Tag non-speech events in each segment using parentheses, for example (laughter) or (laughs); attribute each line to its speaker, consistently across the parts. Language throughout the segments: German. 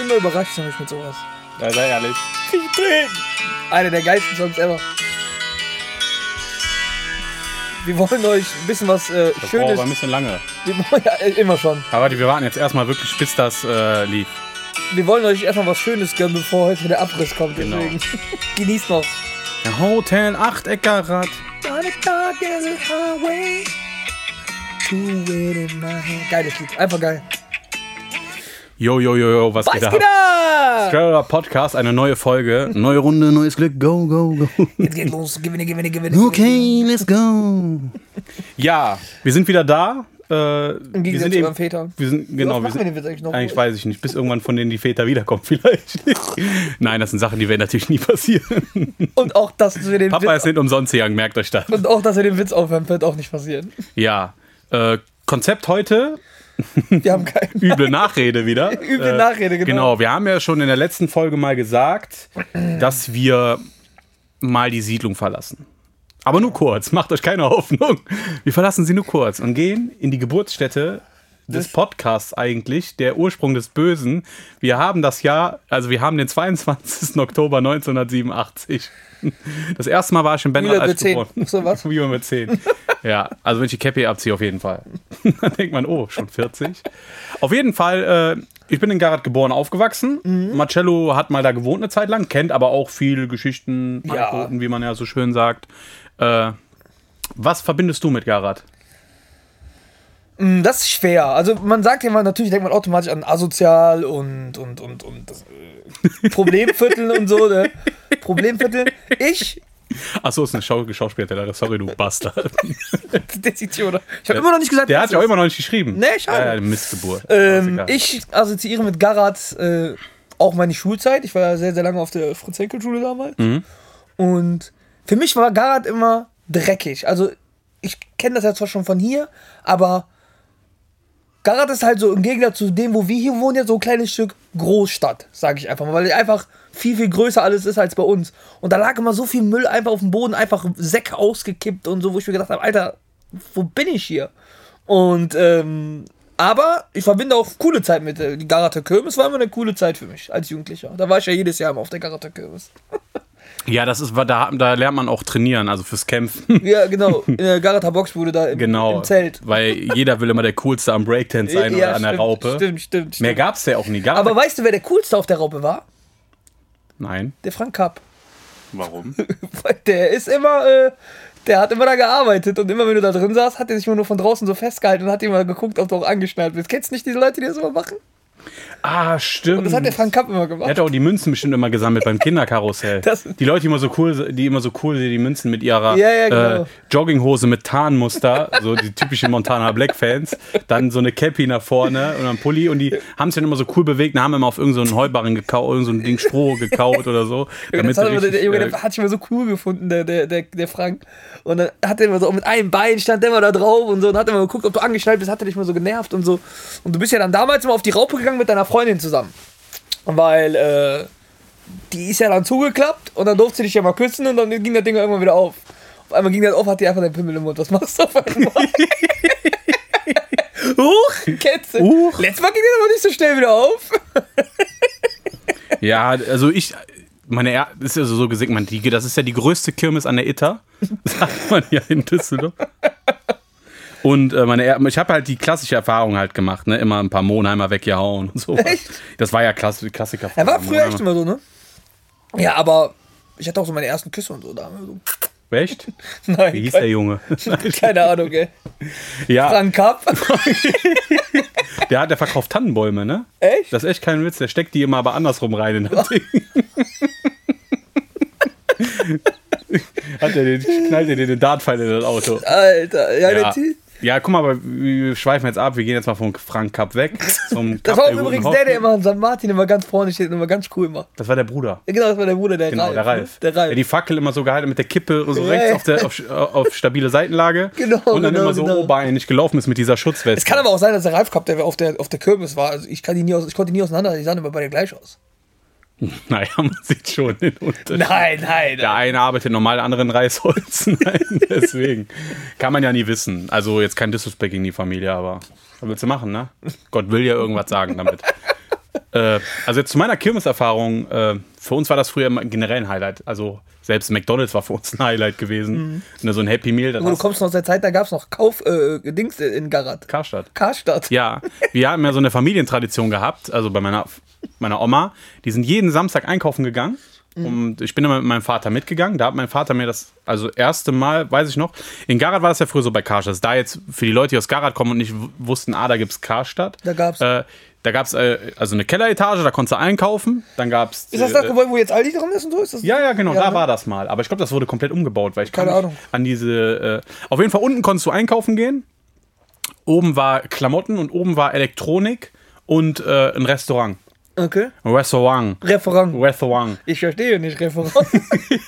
Speaker 1: immer überrascht sind mich mit sowas.
Speaker 2: Ja, sei ehrlich.
Speaker 1: Ich Tränen. Einer der geilsten Songs ever. Wir wollen euch ein bisschen was äh,
Speaker 2: Das braucht
Speaker 1: Schönes.
Speaker 2: aber ein bisschen lange.
Speaker 1: Wir wollen, (laughs) ja, äh, immer schon.
Speaker 2: Aber warte, wir warten jetzt erstmal wirklich, bis das äh, lief.
Speaker 1: Wir wollen euch erstmal was Schönes gönnen, bevor heute der Abriss kommt.
Speaker 2: Genau.
Speaker 1: Deswegen (laughs) genießt noch.
Speaker 2: Der Hotel Achteckerrad.
Speaker 1: Geiles Lied. Einfach geil.
Speaker 2: Jo, jo, jo, jo, was
Speaker 1: Was
Speaker 2: geht ab?
Speaker 1: geht ab?
Speaker 2: Trailer Podcast, eine neue Folge. Neue Runde, neues Glück. Go, go, go.
Speaker 1: Jetzt geht los. Gewinne, gewinne, gewinne.
Speaker 2: Okay, let's go. Ja, wir sind wieder da. Äh,
Speaker 1: Im
Speaker 2: wir
Speaker 1: Gegensatz
Speaker 2: sind
Speaker 1: zu
Speaker 2: eben,
Speaker 1: den Vätern.
Speaker 2: wir sind, genau,
Speaker 1: machen
Speaker 2: wir
Speaker 1: wir
Speaker 2: sind,
Speaker 1: den Witz eigentlich noch?
Speaker 2: eigentlich weiß ich nicht, bis irgendwann von denen die Väter wiederkommen (laughs) vielleicht. Nein, das sind Sachen, die werden natürlich
Speaker 1: (laughs)
Speaker 2: nie passieren.
Speaker 1: Und auch, dass wir den
Speaker 2: Papa ist
Speaker 1: Witz,
Speaker 2: nicht umsonst gegangen, merkt euch das.
Speaker 1: und auch, dass wir den Witz aufhören, wird auch nicht passieren.
Speaker 2: Ja, äh, Konzept heute,
Speaker 1: Wir haben keinen.
Speaker 2: üble Nachrede wieder.
Speaker 1: (laughs) Üble Nachrede, genau.
Speaker 2: Genau, wir haben ja schon in der letzten Folge mal gesagt, dass wir mal die Siedlung verlassen. Aber nur kurz, macht euch keine Hoffnung. Wir verlassen sie nur kurz und gehen in die Geburtsstätte des Podcasts eigentlich, der Ursprung des Bösen. Wir haben das Jahr, also wir haben den 22. Oktober 1987. Das erste Mal war ich in Ben
Speaker 1: Wheeler
Speaker 2: als
Speaker 1: wird zehn.
Speaker 2: geboren.
Speaker 1: So was?
Speaker 2: Wie man mit 10. Ja, also wenn ich die Cappy abziehe, auf jeden Fall. (laughs) Dann denkt man, oh, schon 40. Auf jeden Fall, äh, ich bin in Garat geboren, aufgewachsen. Marcello hat mal da gewohnt eine Zeit lang, kennt aber auch viel Geschichten,
Speaker 1: Ja.
Speaker 2: Anekdoten, wie man ja so schön sagt. Äh, was verbindest du mit Garat?
Speaker 1: Hm, Das ist schwer. Also man sagt ja immer, natürlich denkt man automatisch an asozial und und und und das, äh, Problemviertel und so, ne? Problemviertel. Ich,
Speaker 2: Achso, ist eine Schau Schauspielstelle, sorry, du Bastard.
Speaker 1: das ist oder? Ich habe immer noch nicht gesagt,
Speaker 2: Der
Speaker 1: was
Speaker 2: hat ja auch immer noch nicht geschrieben.
Speaker 1: Nee, schade.
Speaker 2: Äh, Missgeburt.
Speaker 1: Ähm,
Speaker 2: Ist egal.
Speaker 1: ich assoziiere mit Garat äh, auch meine Schulzeit. Ich war ja sehr, sehr lange auf der Fritz-Henkel-Schule damals.
Speaker 2: Mhm.
Speaker 1: Und für mich war Garat immer dreckig. Also, ich kenne das ja zwar schon von hier, aber Garat ist halt so im Gegensatz zu dem, wo wir hier wohnen, ja so ein kleines Stück Großstadt, sage ich einfach mal, weil einfach viel, viel größer alles ist als bei uns. Und da lag immer so viel Müll einfach auf dem Boden, einfach Säcke ausgekippt und so, wo ich mir gedacht habe, Alter, wo bin ich hier? Und, ähm, aber ich verbinde auch coole Zeit mit. äh, Die Garater Kirmes war immer eine coole Zeit für mich als Jugendlicher. Da war ich ja jedes Jahr immer auf der Garater Kirmes.
Speaker 2: ja, das ist, da, da lernt man auch trainieren, also fürs Kämpfen.
Speaker 1: Ja, genau.
Speaker 2: (laughs)
Speaker 1: In der Garater Boxbude da im,
Speaker 2: Genau.
Speaker 1: im Zelt.
Speaker 2: Weil jeder will immer der Coolste am Breakdance sein
Speaker 1: Ja,
Speaker 2: oder an der
Speaker 1: stimmt,
Speaker 2: Raupe.
Speaker 1: Stimmt, stimmt,
Speaker 2: Mehr
Speaker 1: stimmt.
Speaker 2: gab's ja auch nie. Gab
Speaker 1: Aber weißt du, wer der coolste auf der Raupe war?
Speaker 2: Nein.
Speaker 1: Der Frank Kapp.
Speaker 2: Warum?
Speaker 1: Weil (laughs) Der ist immer, äh, der hat immer da gearbeitet und immer wenn du da drin saßt, hat er sich immer nur von draußen so festgehalten und hat immer geguckt, ob du auch angeschnallt bist. Kennst du nicht diese Leute, die das immer machen?
Speaker 2: (laughs) Ah, stimmt.
Speaker 1: Das hat der Frank Kapp immer
Speaker 2: er
Speaker 1: gemacht.
Speaker 2: hat auch die Münzen bestimmt immer gesammelt beim Kinderkarussell.
Speaker 1: Das-
Speaker 2: die Leute, die immer so cool, die immer so cool die Münzen mit ihrer
Speaker 1: Ja, ja, genau.
Speaker 2: äh, Jogginghose mit Tarnmuster, so die typischen Montana Black Fans, dann so eine Cappy nach vorne und ein Pulli und die haben sich dann immer so cool bewegt und haben immer auf irgendeinen so Heubarren gekaut, irgend so ein Ding Stroh gekaut oder so.
Speaker 1: Das
Speaker 2: Damit sie
Speaker 1: hat, immer, der,
Speaker 2: richtig,
Speaker 1: Junge,
Speaker 2: äh,
Speaker 1: der hat sich immer so cool gefunden, der, der, der, der Frank. Und dann hat er immer so mit einem Bein stand der immer da drauf und so und hat immer geguckt, ob du angeschnallt bist, hat er dich mal so genervt und so. Und du bist ja dann damals immer auf die Raupe gegangen mit deiner Freundin zusammen. Weil, äh, die ist ja dann zugeklappt und dann durfte sie dich ja mal küssen und dann ging das Ding irgendwann wieder auf. Auf einmal ging das auf, hat die einfach deinen Pimmel im Mund. Was machst du auf
Speaker 2: (laughs)
Speaker 1: einmal? Huch, Ketze.
Speaker 2: Huch.
Speaker 1: Letztes Mal ging das aber nicht so schnell wieder auf.
Speaker 2: Ja, also ich, meine, er das ist ja so gesegnet, die, das ist ja die größte Kirmes an der Itter, (laughs) sagt man ja in Düsseldorf. Und äh, meine, er ich habe halt die klassische Erfahrung halt gemacht, ne, immer ein paar Monheimer weggehauen und so.
Speaker 1: Echt?
Speaker 2: Das war ja klasse, Klassiker.
Speaker 1: Er war
Speaker 2: von
Speaker 1: früher echt
Speaker 2: Monheimer.
Speaker 1: immer so, ne? Ja, aber ich hatte auch so meine ersten Küsse und so. Da haben wir so
Speaker 2: Echt?
Speaker 1: (laughs)
Speaker 2: Wie
Speaker 1: Nein,
Speaker 2: hieß der
Speaker 1: (laughs)
Speaker 2: Junge?
Speaker 1: keine Ahnung, ey.
Speaker 2: ja,
Speaker 1: Frank
Speaker 2: (laughs)
Speaker 1: Kapp.
Speaker 2: der hat, der verkauft Tannenbäume, ne?
Speaker 1: Echt? Oh.
Speaker 2: Das ist echt kein Witz, der steckt die immer aber andersrum rein in
Speaker 1: (laughs)
Speaker 2: das Ding. hat er den, knallt er dir den Dartpfeil in das Auto.
Speaker 1: Alter, ja, der
Speaker 2: Ja.
Speaker 1: Typ.
Speaker 2: ja, guck mal, aber wir schweifen jetzt ab. Wir gehen jetzt mal vom Frank
Speaker 1: (laughs)
Speaker 2: Cup weg. Zum
Speaker 1: Das
Speaker 2: Cup
Speaker 1: war auch
Speaker 2: der guten
Speaker 1: übrigens
Speaker 2: Hoffnung.
Speaker 1: der, der immer in St. Martin immer ganz vorne steht und immer ganz cool macht.
Speaker 2: Das war der Bruder.
Speaker 1: Ja, genau, das war der Bruder, der
Speaker 2: Genau,
Speaker 1: Ralf. ne?
Speaker 2: der Ralf.
Speaker 1: Der Ralf.
Speaker 2: Der die Fackel immer so gehalten mit der Kippe so
Speaker 1: Ja,
Speaker 2: rechts
Speaker 1: ja.
Speaker 2: Auf, der, auf, auf stabile Seitenlage.
Speaker 1: (laughs) Genau,
Speaker 2: Und dann
Speaker 1: genau,
Speaker 2: immer so
Speaker 1: genau.
Speaker 2: obereinig gelaufen ist mit dieser Schutzweste.
Speaker 1: es kann aber auch sein, dass der Ralf Kapp, der auf der, auf der Kirmes war. Also ich, kann die nie aus, ich konnte die nie auseinander, die sahen immer beide gleich aus.
Speaker 2: (laughs) Naja, man sieht schon den Unterschied.
Speaker 1: Nein, nein.
Speaker 2: Der eine arbeitet normal, der andere in Reisholz. (laughs) Nein, deswegen. Kann man ja nie wissen. Also jetzt kein Disrespect gegen die Familie, aber was willst du machen, ne? Gott will ja irgendwas sagen damit. Äh, also jetzt zu meiner Kirmeserfahrung, äh, für uns war das früher immer generell ein Highlight. Also selbst McDonalds war für uns ein Highlight gewesen. Wenn du so ein Happy Meal, dann
Speaker 1: Aber du
Speaker 2: hast
Speaker 1: kommst noch aus der Zeit, da gab es noch Kauf, äh, Dings in Garat.
Speaker 2: Karstadt.
Speaker 1: Karstadt.
Speaker 2: Ja, wir haben ja so eine Familientradition gehabt, also bei meiner, meiner Oma. Die sind jeden Samstag einkaufen gegangen.
Speaker 1: Mhm.
Speaker 2: Und ich bin immer mit meinem Vater mitgegangen. Da hat mein Vater mir das, also erste Mal, weiß ich noch, in Garat war das ja früher so bei Karstadt. Da jetzt für die Leute, die aus Garat kommen und nicht w- wussten, ah, da gibt es Karstadt.
Speaker 1: Da gab's-
Speaker 2: Äh, da gab es äh, also eine Kelleretage, da konntest du einkaufen. Dann gab es.
Speaker 1: Ist das das Gebäude, wo jetzt Aldi drin ist und so? Ist das
Speaker 2: äh, Ja, ja, genau,
Speaker 1: Ja,
Speaker 2: da
Speaker 1: ne?
Speaker 2: war das mal. Aber ich glaube, das wurde komplett umgebaut, weil ich kann
Speaker 1: Keine
Speaker 2: mich
Speaker 1: Ahnung.
Speaker 2: an diese. Äh, auf jeden Fall unten konntest du einkaufen gehen. Oben war Klamotten und oben war Elektronik und äh, ein Restaurant.
Speaker 1: Okay.
Speaker 2: Ein Restaurant.
Speaker 1: Referent.
Speaker 2: Restaurant.
Speaker 1: Ich verstehe nicht Referent.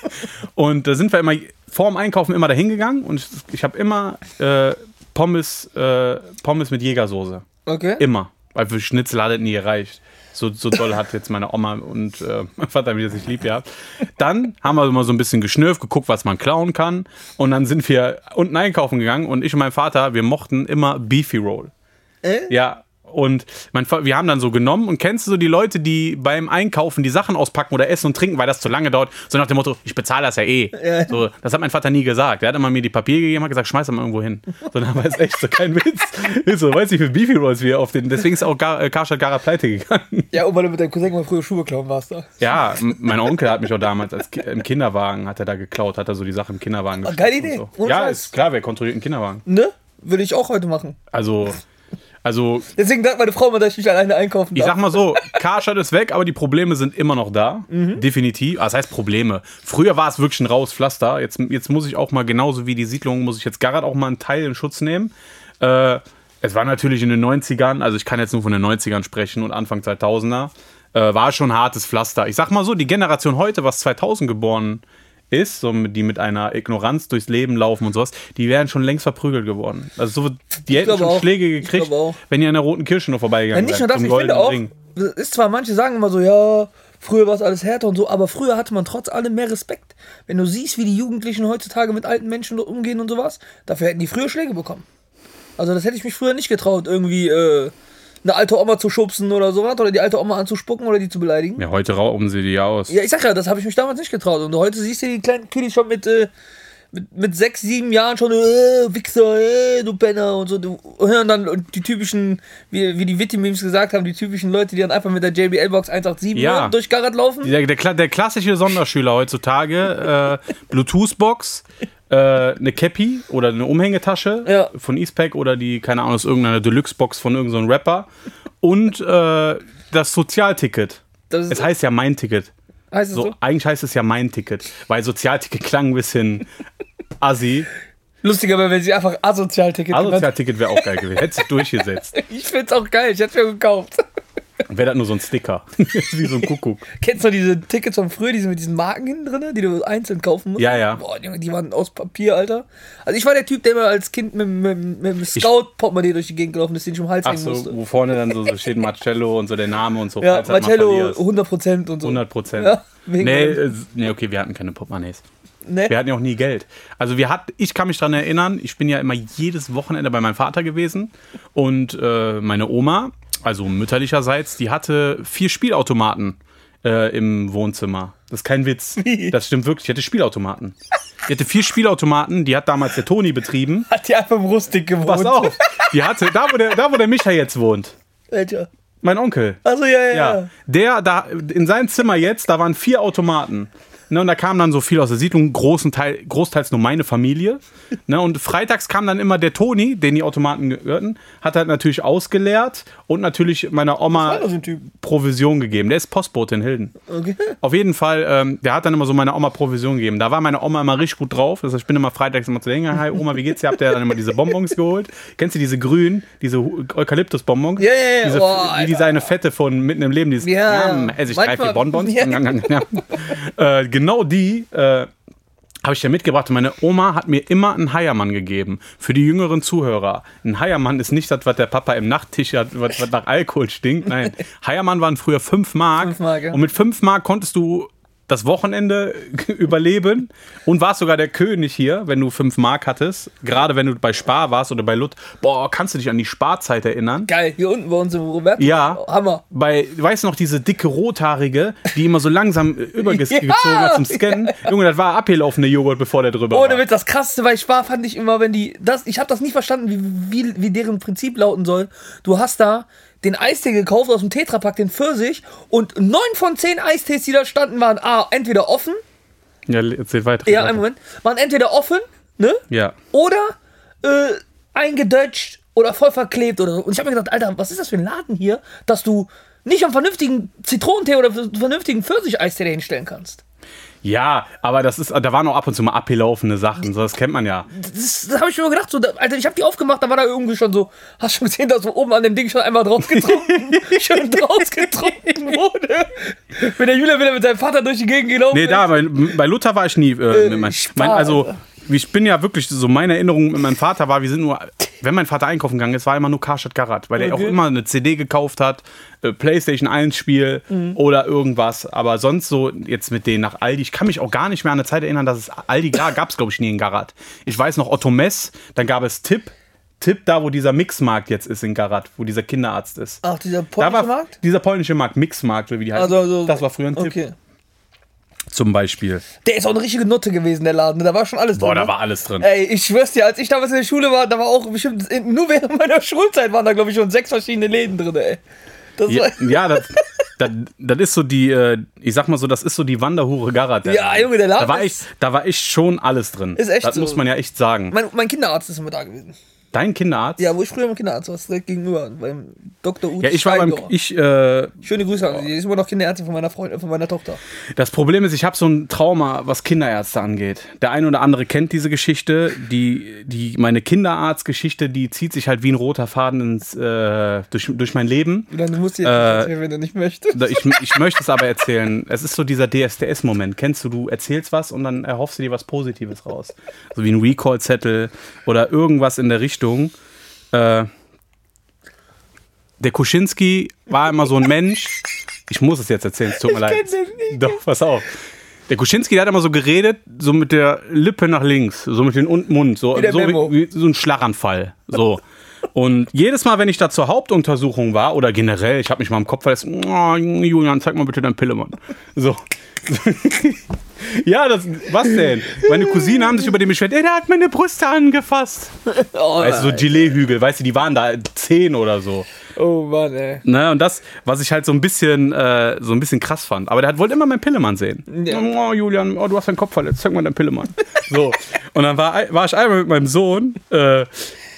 Speaker 2: (laughs) Und da sind wir immer vorm Einkaufen immer dahin gegangen und ich, ich habe immer äh, Pommes, äh, Pommes mit Jägersoße.
Speaker 1: Okay.
Speaker 2: Immer. Weil für Schnitzel hat es nie gereicht. So, so doll hat jetzt meine Oma und äh, mein Vater mir das nicht lieb gehabt. Dann haben wir immer so ein bisschen geschnürft, geguckt, was man klauen kann. Und dann sind wir unten einkaufen gegangen und ich und mein Vater, wir mochten immer Beefy Roll.
Speaker 1: Äh?
Speaker 2: Ja. Und mein Fa- wir haben dann so genommen und kennst du so die Leute, die beim Einkaufen die Sachen auspacken oder essen und trinken, weil das zu lange dauert, so nach dem Motto, ich bezahle das ja eh. So, das hat mein Vater nie gesagt. Er hat immer mir die Papier gegeben, hat gesagt, schmeiß das mal irgendwo hin. So, dann war es echt so kein Witz. Ist so, weiß nicht, wie Beefy Rolls wir auf den, deswegen ist auch Gar, äh, Karstadt Gara pleite gegangen.
Speaker 1: Ja, und weil du mit deinem Cousin mal früher Schuhe klauen warst ne? da.
Speaker 2: Ja, m- mein Onkel hat mich auch damals als Ki im Kinderwagen, hat er da geklaut, hat er so die Sachen im Kinderwagen
Speaker 1: Oh,
Speaker 2: gesteckt
Speaker 1: geile
Speaker 2: und
Speaker 1: Idee.
Speaker 2: So.
Speaker 1: Ohne
Speaker 2: Ja,
Speaker 1: Scheiß.
Speaker 2: ist klar, wer kontrolliert einen Kinderwagen?
Speaker 1: Ne? Würde ich auch heute machen.
Speaker 2: Also, also
Speaker 1: Deswegen sagt meine Frau immer, dass ich nicht alleine einkaufen
Speaker 2: Ich
Speaker 1: darf.
Speaker 2: sag mal so, Karstadt ist weg, aber die Probleme sind immer noch da.
Speaker 1: Mhm.
Speaker 2: Definitiv. Ah, Das heißt Probleme. Früher war es wirklich ein raues Pflaster. Jetzt, jetzt muss ich auch mal, genauso wie die Siedlung, muss ich jetzt Garat auch mal einen Teil in Schutz nehmen. Äh, es war natürlich in den 90ern, also ich kann jetzt nur von den 90ern sprechen und Anfang 2000er, äh, war schon hartes Pflaster. Ich sag mal so, die Generation heute, was 2000 geboren ist, so mit, die mit einer Ignoranz durchs Leben laufen und sowas, die wären schon längst verprügelt geworden. Also so, die hätten
Speaker 1: glaube
Speaker 2: schon
Speaker 1: auch.
Speaker 2: Schläge
Speaker 1: Ich
Speaker 2: gekriegt,
Speaker 1: glaube auch.
Speaker 2: wenn ihr an der Roten Kirche noch vorbeigegangen
Speaker 1: Ja, nicht
Speaker 2: seid.
Speaker 1: nur das,
Speaker 2: zum
Speaker 1: ich finde
Speaker 2: Goldenen
Speaker 1: auch,
Speaker 2: Ring.
Speaker 1: das ist zwar, manche sagen immer so, ja, früher war es alles härter und so, aber früher hatte man trotz allem mehr Respekt. Wenn du siehst, wie die Jugendlichen heutzutage mit alten Menschen dort umgehen und sowas, dafür hätten die früher Schläge bekommen. Also das hätte ich mich früher nicht getraut, irgendwie äh, eine alte Oma zu schubsen oder sowas, oder die alte Oma anzuspucken oder die zu beleidigen.
Speaker 2: Ja, heute rauben sie die aus.
Speaker 1: Ja, ich sag ja, das habe ich mich damals nicht getraut. Und heute siehst du die kleinen Kiddies schon mit, äh, mit, mit sechs, sieben Jahren schon, äh, Wichser, äh, du Penner und so. Du, und dann und die typischen, wie, wie die Witty-Memes gesagt haben, die typischen Leute, die dann einfach mit der JBL-Box 187
Speaker 2: Ja.
Speaker 1: hören, durch Garat laufen.
Speaker 2: Der, der, Kla- der klassische Sonderschüler heutzutage, äh, Bluetooth-Box, äh, eine Cappy oder eine Umhängetasche
Speaker 1: Ja.
Speaker 2: von Eastpack oder die, keine Ahnung, aus irgendeiner Deluxe-Box von irgendeinem Rapper und äh, das Sozialticket.
Speaker 1: Das ist,
Speaker 2: Es heißt ja mein Ticket.
Speaker 1: heißt es so?
Speaker 2: So, eigentlich heißt es ja mein Ticket, weil Sozialticket klang ein bisschen assi.
Speaker 1: Lustiger wäre, wenn sie einfach Asozial-Ticket genannt hätten.
Speaker 2: Asozialticket wäre auch geil gewesen. Hätte sich durchgesetzt.
Speaker 1: (laughs) Ich find's auch geil, ich hätte mir gekauft.
Speaker 2: Wäre das nur so ein Sticker. (laughs) Wie so ein Kuckuck.
Speaker 1: Kennst du diese Tickets von früher, die sind mit diesen Marken hinten drin, die du einzeln kaufen musst?
Speaker 2: Ja, ja.
Speaker 1: Boah, die, die waren aus Papier, Alter. Also ich war der Typ, der immer als Kind mit, mit, mit dem Scout-Portemonnaie durch die Gegend gelaufen ist, den ich um den Hals
Speaker 2: Ach
Speaker 1: hängen musste.
Speaker 2: so, wo vorne dann so, so steht Marcello und so der Name und so.
Speaker 1: Ja,
Speaker 2: falls du das mal
Speaker 1: Marcello
Speaker 2: verlierst.
Speaker 1: 100% und so.
Speaker 2: 100 Prozent.
Speaker 1: Ja, wegen
Speaker 2: nee,
Speaker 1: allem.
Speaker 2: äh, nee, okay, wir hatten keine Portemonnaies.
Speaker 1: Ne?
Speaker 2: Wir hatten ja auch nie Geld. Also wir hatten, ich kann mich daran erinnern, ich bin ja immer jedes Wochenende bei meinem Vater gewesen und äh, meine Oma, also mütterlicherseits, die hatte vier Spielautomaten äh, im Wohnzimmer. Das ist kein
Speaker 1: (laughs)
Speaker 2: Witz.
Speaker 1: Wie?
Speaker 2: Das stimmt wirklich. Ich hatte Spielautomaten. Die hatte vier Spielautomaten, die hat damals der Toni betrieben.
Speaker 1: Hat die einfach im Rustik gewohnt.
Speaker 2: Pass auf! Die hatte, da wo der, da wo der Micha jetzt wohnt,
Speaker 1: Welcher?
Speaker 2: mein Onkel.
Speaker 1: Achso, ja, ja, ja.
Speaker 2: Ja, der da in seinem Zimmer jetzt, da waren vier Automaten. Ne, und da kam dann so viel aus der Siedlung, großen Teil, großteils nur
Speaker 1: (laughs)
Speaker 2: meine Familie. Ne, und freitags kam dann immer der Toni, den die Automaten gehörten, hat halt natürlich ausgeleert und natürlich meiner Oma
Speaker 1: Das war doch so ein Typ.
Speaker 2: Provision gegeben. Der ist Postbote in Hilden.
Speaker 1: Okay.
Speaker 2: Auf jeden Fall, ähm, der hat dann immer so meiner Oma Provision gegeben. Da war meine Oma immer richtig gut drauf. Das heißt, ich bin immer freitags immer zu denken, hi Oma, wie geht's dir? Habt ihr dann immer diese Bonbons geholt? Kennst du diese grünen, diese Hu- Eukalyptus-Bonbons?
Speaker 1: Ja, ja, ja.
Speaker 2: Diese,
Speaker 1: Oh,
Speaker 2: wie diese eine Fette von mitten im Leben, dieses
Speaker 1: Ja.
Speaker 2: Yum, esse ich drei,
Speaker 1: Manchmal-
Speaker 2: vier Bonbons.
Speaker 1: Ja.
Speaker 2: äh, genau die äh, habe ich ja mitgebracht. Und meine Oma hat mir immer einen Heiermann gegeben. Für die jüngeren Zuhörer. Ein Heiermann ist nicht das, was der Papa im Nachttisch hat,
Speaker 1: (laughs)
Speaker 2: was, was nach Alkohol stinkt. Nein. Heiermann waren früher 5 Mark.
Speaker 1: Fünf Mark, ja.
Speaker 2: Und mit 5 Mark konntest du das Wochenende (laughs) überleben und warst sogar der König hier, wenn du 5 Mark hattest. Gerade wenn du bei Spar warst oder bei Lut. Boah, kannst du dich an die Sparzeit erinnern?
Speaker 1: Geil, hier unten bei uns im Robert.
Speaker 2: Ja.
Speaker 1: Hammer.
Speaker 2: Bei, weißt du noch, diese dicke Rothaarige, die immer so langsam äh, übergezogen
Speaker 1: (laughs) Ja.
Speaker 2: hat zum Scannen? Junge, das war abgelaufene Joghurt, bevor der drüber
Speaker 1: Ohne
Speaker 2: war.
Speaker 1: Witz, das krasseste bei Spar fand ich immer, wenn die. Das, ich habe das nicht verstanden, wie, wie, wie deren Prinzip lauten soll. Du hast da den Eistee gekauft aus dem Tetrapack, den Pfirsich, und neun von zehn Eistees, die da standen, waren A, entweder offen,
Speaker 2: Ja, erzähl weiter.
Speaker 1: ja,
Speaker 2: weiter.
Speaker 1: einen Moment, waren entweder offen, ne?
Speaker 2: Ja.
Speaker 1: Oder äh, eingedeutscht oder voll verklebt oder so. Und ich habe mir gedacht, Alter, was ist das für ein Laden hier, dass du nicht einen vernünftigen Zitronentee oder vernünftigen Pfirsicheistee hinstellen kannst?
Speaker 2: ja, aber das ist, da waren auch ab und zu mal abgelaufene Sachen. So, das kennt man ja.
Speaker 1: das, das habe ich mir gedacht, so, da, Alter, ich habe die aufgemacht, da war da irgendwie schon so, hast schon gesehen, dass so oben an dem Ding schon einmal draufgetrunken,
Speaker 2: (laughs)
Speaker 1: schön draufgetrunken wurde. Wenn der Julian wieder mit seinem Vater durch die Gegend gelaufen
Speaker 2: Nee,
Speaker 1: ist.
Speaker 2: da, bei, bei Luther war ich nie. Äh, mit mein, mein, also, ich bin ja wirklich, so meine Erinnerung mit meinem Vater war, wir sind nur, wenn mein Vater einkaufen gegangen ist, war immer nur Karstadt Garat, weil er auch
Speaker 1: Okay.
Speaker 2: immer eine CD gekauft hat, äh, Playstation 1 Spiel
Speaker 1: Mhm.
Speaker 2: oder irgendwas. Aber sonst so jetzt mit denen nach Aldi, ich kann mich auch gar nicht mehr an eine Zeit erinnern, dass es Aldi gab es, glaube ich, nie in Garat. Ich weiß noch Otto Mess, dann gab es Tipp. Tipp da, wo dieser Mixmarkt jetzt ist in Garat, wo dieser Kinderarzt ist.
Speaker 1: Ach, dieser
Speaker 2: Da war
Speaker 1: polnische Markt?
Speaker 2: dieser polnische Markt, Mixmarkt, oder wie die heißt.
Speaker 1: Also, also,
Speaker 2: das war früher ein Tipp
Speaker 1: Okay.
Speaker 2: zum Beispiel.
Speaker 1: Der ist auch eine richtige Nutte gewesen, der Laden. Da war schon alles
Speaker 2: Boah,
Speaker 1: drin.
Speaker 2: da
Speaker 1: ne?
Speaker 2: war alles drin.
Speaker 1: Ey, ich schwör's dir, als ich damals in der Schule war, da war auch bestimmt, nur während meiner Schulzeit waren da, glaube ich, schon sechs verschiedene Läden drin, ey. Das
Speaker 2: Ja,
Speaker 1: war, (laughs)
Speaker 2: ja das, das, das ist so die, äh, ich sag mal so, das ist so die Wanderhure Garat. der
Speaker 1: Ja,
Speaker 2: Laden.
Speaker 1: Junge, der Laden
Speaker 2: Da war, ich,
Speaker 1: ist-
Speaker 2: da war echt schon alles drin.
Speaker 1: Ist echt
Speaker 2: Das
Speaker 1: so.
Speaker 2: muss man ja echt sagen.
Speaker 1: mein, mein Kinderarzt ist immer da gewesen.
Speaker 2: Dein Kinderarzt?
Speaker 1: Ja, wo ich früher beim Kinderarzt war, direkt gegenüber, beim Dr. Uth
Speaker 2: Ja, ich war beim,
Speaker 1: Steindorf.
Speaker 2: ich, äh,
Speaker 1: Schöne Grüße an sie. Die ist immer noch Kinderärztin von meiner Freundin, von meiner Tochter.
Speaker 2: das Problem ist, ich habe so ein Trauma, was Kinderärzte angeht. Der ein oder andere kennt diese Geschichte. Die, die, meine Kinderarztgeschichte, die zieht sich halt wie ein roter Faden ins, äh, durch, durch mein Leben.
Speaker 1: Und dann musst du jetzt
Speaker 2: Äh,
Speaker 1: nicht erzählen, wenn du nicht möchtest.
Speaker 2: Da- Ich, ich möchte es aber erzählen. Es ist so dieser DSDS-Moment. Kennst du, du erzählst was und dann erhoffst du dir was Positives raus. So wie ein Recall-Zettel oder irgendwas in der Richtung. Äh, der Kuschinski war immer so ein Mensch. Ich muss es jetzt erzählen, es tut mir leid.
Speaker 1: kenn den
Speaker 2: Doch, pass auf. Der Kuschinski, der hat immer so geredet, so mit der Lippe nach links, so mit dem Un- Mund, so,
Speaker 1: Wie der
Speaker 2: so,
Speaker 1: Memo.
Speaker 2: wie, wie so ein Schlaganfall. So. Und jedes Mal, wenn ich da zur Hauptuntersuchung war oder generell, ich habe mich mal im Kopf verlassen, "Oh, Julian, zeig mal bitte dein Pillemann. So. (laughs) ja, das, was denn? Meine Cousinen haben sich über den beschwert, ey, der hat meine Brüste angefasst.
Speaker 1: (laughs) Oh,
Speaker 2: Weißt du, so Gilet-Hügel, weißt du, die waren da zehn oder also so.
Speaker 1: oh Mann, ey.
Speaker 2: Ne, und das, was ich halt so ein bisschen, äh, so ein bisschen krass fand. Aber der hat, wollte immer meinen Pillemann sehen.
Speaker 1: Ja.
Speaker 2: Oh, Julian, oh, du hast deinen Kopf verletzt, zeig mal deinen Pillemann. So. Und dann war, war ich einmal mit meinem Sohn, äh,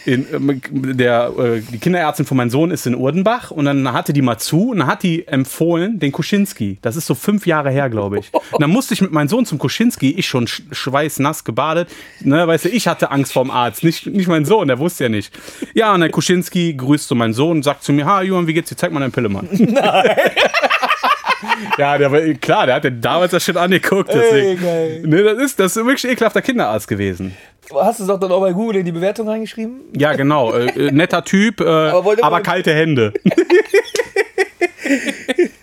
Speaker 2: in, ähm, der, äh, die Kinderärztin von meinem Sohn ist in Urdenbach und dann hatte die mal zu und dann hat die empfohlen, den Kuschinski. Das ist so fünf Jahre her, glaube ich. Und dann musste ich mit meinem Sohn zum Kuschinski, ich schon sch schweißnass gebadet. Ne, weißt du, ich hatte Angst vorm Arzt, nicht, nicht mein Sohn, der wusste ja nicht. Ja, und der Kuschinski grüßt zu meinem Sohn, sagt zu mir, ha, Johann, wie geht's dir? Zeig mal deinen Pillemann. Ja, der, war- klar, der hat den damals das Shit angeguckt. Deswegen.
Speaker 1: geil.
Speaker 2: ne, das, ist, das ist wirklich ein ekelhafter Kinderarzt gewesen.
Speaker 1: Hast du es doch dann auch bei Google in die Bewertung reingeschrieben? (laughs)
Speaker 2: Ja, genau. Äh, äh, netter Typ, äh,
Speaker 1: wollte-
Speaker 2: aber, kalte Hände.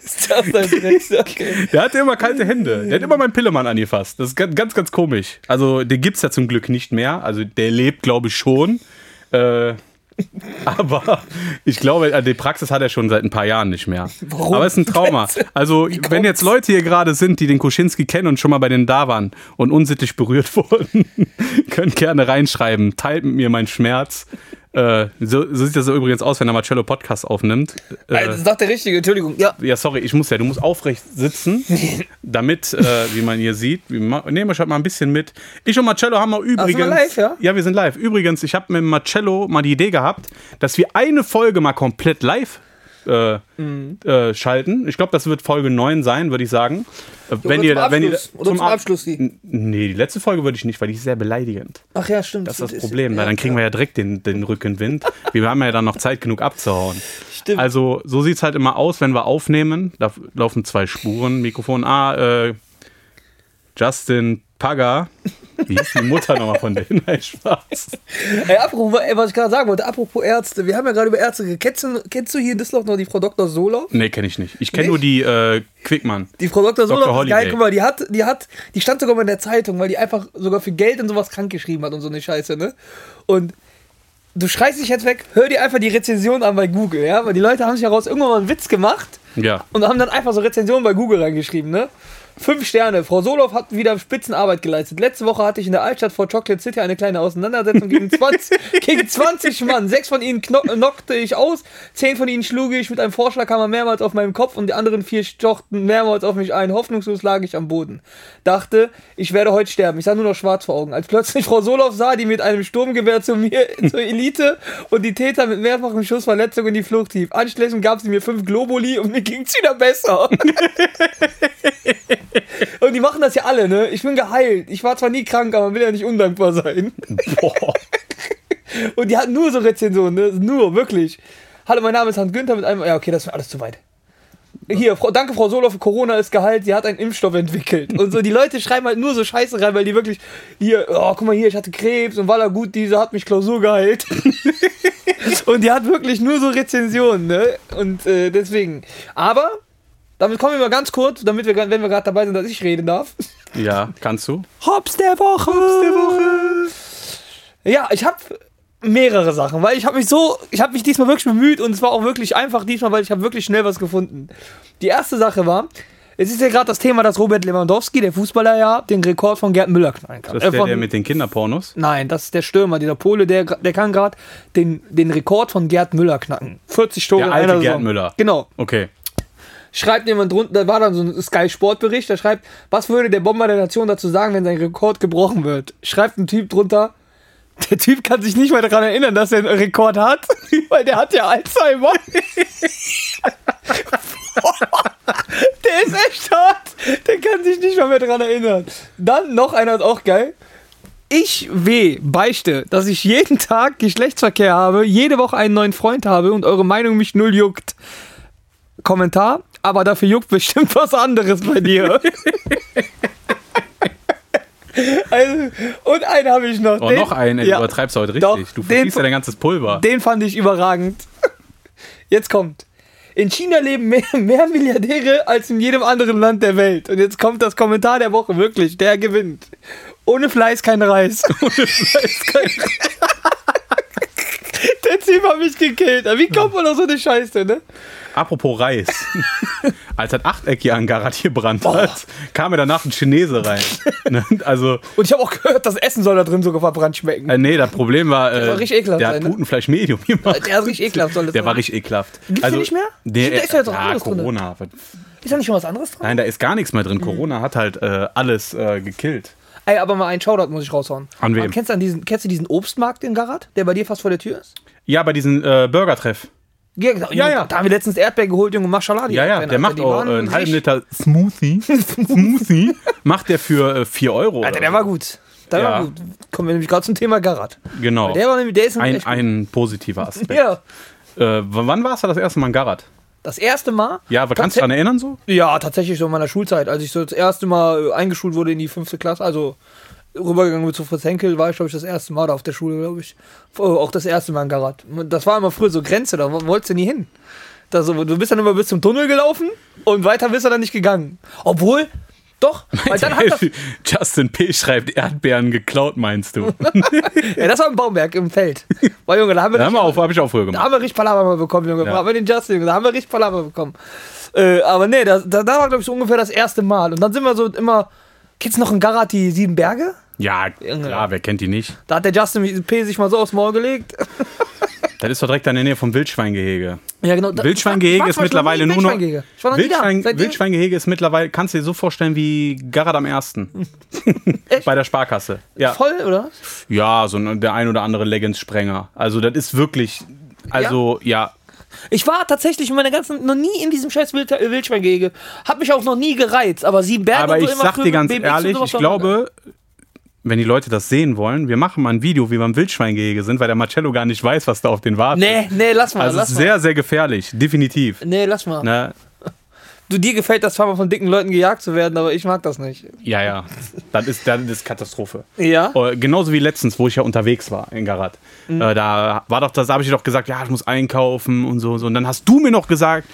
Speaker 1: Ist das dein
Speaker 2: (laughs)
Speaker 1: Drecksack? Okay.
Speaker 2: Der hatte immer kalte Hände. Der hat immer meinen Pillemann angefasst. Das ist ganz, ganz, ganz komisch. Also, den gibt's ja zum Glück nicht mehr. Also, der lebt, glaube ich, schon. Äh, (laughs) aber ich glaube, also die Praxis hat er schon seit ein paar Jahren nicht mehr.
Speaker 1: Warum?
Speaker 2: Aber es ist ein Trauma. Also, wenn jetzt Leute hier gerade sind, die den Kuschinski kennen und schon mal bei denen da waren und unsittlich berührt (laughs) wurden, könnt gerne reinschreiben. Teilt mit mir meinen Schmerz. Äh, so, so sieht das übrigens aus, wenn er Marcello Podcast aufnimmt. Äh,
Speaker 1: Alter, Also, das ist doch der richtige, Entschuldigung. Ja.
Speaker 2: ja, sorry, ich muss ja, du musst aufrecht sitzen,
Speaker 1: (laughs)
Speaker 2: damit, äh, wie man hier sieht, wir ma- nehmen wir schon mal ein bisschen mit. Ich und Marcello haben mal übrigens.
Speaker 1: Ah, live, ja?
Speaker 2: Ja, wir sind live. Übrigens, ich habe mit Marcello mal die Idee gehabt, dass wir eine Folge mal komplett live äh,
Speaker 1: Mhm.
Speaker 2: äh, schalten. Ich glaube, das wird Folge 9 sein, würde ich sagen. Äh, wenn
Speaker 1: oder
Speaker 2: ihr,
Speaker 1: zum
Speaker 2: wenn ihr,
Speaker 1: Abschluss. Oder zum
Speaker 2: Ab-
Speaker 1: Abschluss die.
Speaker 2: N- Nee, die letzte Folge würde ich nicht, weil die ist sehr beleidigend.
Speaker 1: Ach ja, stimmt.
Speaker 2: Das ist das Problem, weil dann kriegen wir ja direkt den, den Rückenwind. Wir haben ja dann noch Zeit genug abzuhauen.
Speaker 1: Stimmt.
Speaker 2: Also so sieht es halt immer aus, wenn wir aufnehmen. Da f- laufen zwei Spuren, Mikrofon. Ah, äh, Justin Pagger. Wie ist die Mutter nochmal von denen? (laughs) Nein, Spaß.
Speaker 1: Ey, apropos, ey, was ich gerade sagen wollte, apropos Ärzte, wir haben ja gerade über Ärzte geredet. Kennst du, kennst du hier in Düsseldorf noch die Frau Dr. Solau?
Speaker 2: Nee, kenne ich nicht. Ich kenne nur die äh, Quickmann.
Speaker 1: Die Frau Dr.
Speaker 2: Dr.
Speaker 1: Solau ist geil,
Speaker 2: Holiday.
Speaker 1: guck mal, die hat, die hat, die stand sogar mal in der Zeitung, weil die einfach sogar für Geld und sowas krank geschrieben hat und so eine Scheiße, ne? Und du schreist dich jetzt weg, hör dir einfach die Rezension an bei Google, ja? Weil die Leute haben sich daraus irgendwann mal einen Witz gemacht (laughs)
Speaker 2: Ja.
Speaker 1: und haben dann einfach so Rezensionen bei Google reingeschrieben, ne? Fünf Sterne. Frau Solow hat wieder Spitzenarbeit geleistet. Letzte Woche hatte ich in der Altstadt vor Chocolate City eine kleine Auseinandersetzung gegen 20, gegen 20 Mann. Sechs von ihnen kno- knockte ich aus, zehn von ihnen schlug ich mit einem Vorschlaghammer mehrmals auf meinen Kopf und die anderen vier stochten mehrmals auf mich ein. Hoffnungslos lag ich am Boden. Dachte, ich werde heute sterben. Ich sah nur noch schwarz vor Augen. Als plötzlich Frau Solow sah, die mit einem Sturmgewehr zu mir (laughs) zur Elite und die Täter mit mehrfachen Schussverletzungen in die Flucht hieb. Anschließend gab sie mir fünf Globuli und mir ging's wieder besser. und die machen das ja alle, ne? Ich bin geheilt. Ich war zwar nie krank, aber man will ja nicht undankbar sein.
Speaker 2: Boah.
Speaker 1: (laughs) Und die hatten nur so Rezensionen, ne? Nur, wirklich. Hallo, mein Name ist Hans Günther mit einem. Ja, okay, das war alles zu weit. Hier, Frau, danke Frau Solow, Corona ist geheilt, sie hat einen Impfstoff entwickelt. Und so, die Leute schreiben halt nur so Scheiße rein, weil die wirklich, hier, oh, guck mal hier, ich hatte Krebs und war da gut, diese hat mich Klausur geheilt. (laughs) und die hat wirklich nur so Rezensionen, ne? Und äh, deswegen. Aber, damit kommen wir mal ganz kurz, damit wir, wenn wir gerade dabei sind, dass ich reden darf.
Speaker 2: Ja, kannst du?
Speaker 1: Hops der Woche. Hops der Woche. Ja, ich habe mehrere Sachen, weil ich habe mich so, ich habe mich diesmal wirklich bemüht und es war auch wirklich einfach diesmal, weil ich habe wirklich schnell was gefunden. Die erste Sache war, es ist ja gerade das Thema, dass Robert Lewandowski, der Fußballer ja, den Rekord von Gerd Müller knallen kann.
Speaker 2: Das ist
Speaker 1: Äh,
Speaker 2: der,
Speaker 1: von,
Speaker 2: der mit den Kinderpornos.
Speaker 1: nein, das ist der Stürmer, dieser Pole, der, der kann gerade den, den Rekord von Gerd Müller knacken. 40 Tore
Speaker 2: Der
Speaker 1: in
Speaker 2: alte
Speaker 1: einer
Speaker 2: Gerd
Speaker 1: Saison.
Speaker 2: Müller.
Speaker 1: Genau
Speaker 2: Okay.
Speaker 1: schreibt jemand drunter, da war dann so ein Sky Sport Bericht, da schreibt, was würde der Bomber der Nation dazu sagen, wenn sein Rekord gebrochen wird? Schreibt ein Typ drunter, der Typ kann sich nicht mal daran erinnern, dass er einen Rekord hat, (laughs) weil der hat ja Alzheimer. (laughs) der ist echt hart, der kann sich nicht mal mehr daran erinnern. Dann noch einer ist auch geil. Ich weh, beichte, dass ich jeden Tag Geschlechtsverkehr habe, jede Woche einen neuen Freund habe und eure Meinung mich null juckt. Kommentar, aber dafür juckt bestimmt was anderes bei
Speaker 2: (laughs)
Speaker 1: dir. also, und einen habe ich noch.
Speaker 2: Oh,
Speaker 1: Den-
Speaker 2: noch einen, ey,
Speaker 1: ja,
Speaker 2: du übertreibst heute richtig.
Speaker 1: Doch,
Speaker 2: du
Speaker 1: den-
Speaker 2: verdienst ja dein ganzes Pulver.
Speaker 1: Den fand ich überragend. (laughs) Jetzt kommt. In China leben mehr, (laughs) mehr Milliardäre als in jedem anderen Land der Welt. Und jetzt kommt das Kommentar der Woche, wirklich, der gewinnt. Ohne Fleiß kein Reis. (laughs) Ohne Fleiß kein Reis. (laughs) Der Typ hat mich gekillt. Wie kommt man auf so eine Scheiße, ne?
Speaker 2: Apropos
Speaker 1: (laughs)
Speaker 2: Reis. Als das Achteck hier an Garat gebrannt hat, kam mir danach ein
Speaker 1: (laughs)
Speaker 2: Chinese rein. Ne? also,
Speaker 1: Und ich habe auch gehört, das Essen soll da drin sogar verbrannt schmecken.
Speaker 2: äh, nee, das Problem war, äh,
Speaker 1: war richtig ekelhaft, ne?
Speaker 2: der hat
Speaker 1: Alter.
Speaker 2: Putenfleisch Medium gemacht.
Speaker 1: Der ist richtig ekelhaft, soll das
Speaker 2: Der
Speaker 1: sein.
Speaker 2: war richtig ekelhaft. Gibt's
Speaker 1: den nicht mehr?
Speaker 2: Nee,
Speaker 1: Da ist ja jetzt auch
Speaker 2: ja,
Speaker 1: anderes drin. Mhm.
Speaker 2: Corona.
Speaker 1: Ist da nicht schon was anderes dran?
Speaker 2: Nein, da ist gar nichts mehr drin. Corona hat halt äh, alles äh, gekillt.
Speaker 1: Ey, aber mal einen Shoutout muss ich raushauen.
Speaker 2: An wem?
Speaker 1: Aber Kennst du, an diesen, kennst du diesen Obstmarkt in Garat, der bei dir fast vor der Tür ist?
Speaker 2: Ja, bei diesem äh, Burgertreff.
Speaker 1: Ja, genau.
Speaker 2: Ja,
Speaker 1: Ja,
Speaker 2: ja.
Speaker 1: ja. Da haben wir letztens Erdbeer geholt, Junge, mach Schaladi.
Speaker 2: Ja, ja,
Speaker 1: Wenn,
Speaker 2: der
Speaker 1: Alter,
Speaker 2: macht
Speaker 1: die
Speaker 2: auch
Speaker 1: waren
Speaker 2: äh, einen halben
Speaker 1: richtig-
Speaker 2: Liter
Speaker 1: (laughs)
Speaker 2: Smoothie. Smoothie macht der für äh, 4 Euro.
Speaker 1: Alter,
Speaker 2: oder
Speaker 1: der
Speaker 2: so.
Speaker 1: war gut. Der
Speaker 2: Ja.
Speaker 1: war gut. Kommen wir nämlich gerade zum Thema Garat.
Speaker 2: Genau.
Speaker 1: Der war nämlich, der ist nämlich
Speaker 2: ein,
Speaker 1: echt gut.
Speaker 2: ein positiver Aspekt.
Speaker 1: Ja,
Speaker 2: Äh, w- wann warst du das erste Mal in Garat?
Speaker 1: das erste Mal.
Speaker 2: Ja, aber kannst du dich daran erinnern so?
Speaker 1: Ja, tatsächlich so in meiner Schulzeit, als ich so das erste Mal äh, eingeschult wurde in die fünfte Klasse, also rübergegangen bin zu Fritz Henkel, war ich, glaube ich, das erste Mal da auf der Schule, glaube ich. Äh, Auch das erste Mal in Garat. Das war immer früher so Grenze, da wo- wolltest du nie hin. Da so, du bist dann immer bis zum Tunnel gelaufen und weiter bist du dann nicht gegangen. Obwohl, doch, weil dann hat das,
Speaker 2: (laughs) Justin P. schreibt Erdbeeren geklaut,
Speaker 1: (laughs)
Speaker 2: meinst du?
Speaker 1: ja, das war im Baumberg, im
Speaker 2: (laughs)
Speaker 1: Feld. Weil, Junge, da haben wir,
Speaker 2: da haben
Speaker 1: richtig,
Speaker 2: wir auf, hab ich auch früher
Speaker 1: da
Speaker 2: gemacht.
Speaker 1: haben wir richtig Palaver mal bekommen, Junge.
Speaker 2: Ja.
Speaker 1: Da haben wir den Justin, Junge, da haben wir richtig Palaver bekommen. Äh, aber nee, da, da, da war, glaube ich, so ungefähr das erste Mal. Und dann sind wir so immer, kennst du noch in Garat die sieben Berge?
Speaker 2: Ja, klar, wer kennt die nicht?
Speaker 1: Da hat der Justin P. sich mal so aufs Maul gelegt.
Speaker 2: Das ist doch direkt in der Nähe vom Wildschweingehege.
Speaker 1: Ja, genau. Da-
Speaker 2: Wildschweingehege
Speaker 1: Frag-
Speaker 2: ist
Speaker 1: frag mal,
Speaker 2: mittlerweile
Speaker 1: ich war
Speaker 2: nur
Speaker 1: nie
Speaker 2: noch.
Speaker 1: im Wildschweingehege. Ich war noch nie da.
Speaker 2: Wildschwein-
Speaker 1: Seitdem-
Speaker 2: Wildschweingehege ist mittlerweile, kannst du dir so vorstellen wie Garat am 1.
Speaker 1: (laughs)
Speaker 2: Bei der Sparkasse. Ja,
Speaker 1: Voll, oder?
Speaker 2: ja so ein- der ein oder andere Legends-Sprenger. Also, das ist wirklich. Also, ja.
Speaker 1: Ich war tatsächlich in meiner ganzen, noch nie in diesem scheiß Wild, äh, Wildschweingehege. Hab mich auch noch nie gereizt, aber sieben Berge
Speaker 2: Aber
Speaker 1: und so
Speaker 2: ich
Speaker 1: immer
Speaker 2: sag
Speaker 1: früh
Speaker 2: dir
Speaker 1: mit
Speaker 2: ganz
Speaker 1: BMX und
Speaker 2: ehrlich,
Speaker 1: sowas
Speaker 2: ich
Speaker 1: war-
Speaker 2: glaube, wenn die Leute das sehen wollen, wir machen mal ein Video, wie wir im Wildschweingehege sind, weil der Marcello gar nicht weiß, was da auf den wartet.
Speaker 1: Nee, nee, lass mal,
Speaker 2: Also, es
Speaker 1: lass
Speaker 2: ist
Speaker 1: mal.
Speaker 2: sehr, sehr gefährlich. Definitiv.
Speaker 1: Nee, lass mal.
Speaker 2: Ne?
Speaker 1: du, dir gefällt das zwar mal von dicken Leuten gejagt zu werden, aber ich mag das nicht.
Speaker 2: Ja, ja. Das ist, das ist Katastrophe.
Speaker 1: Ja? Mhm.
Speaker 2: Äh, genauso wie letztens, wo ich ja unterwegs war in Garat. Äh, da war doch das, habe ich dir doch gesagt, ja, ich muss einkaufen und so, und so. Und dann hast du mir noch gesagt,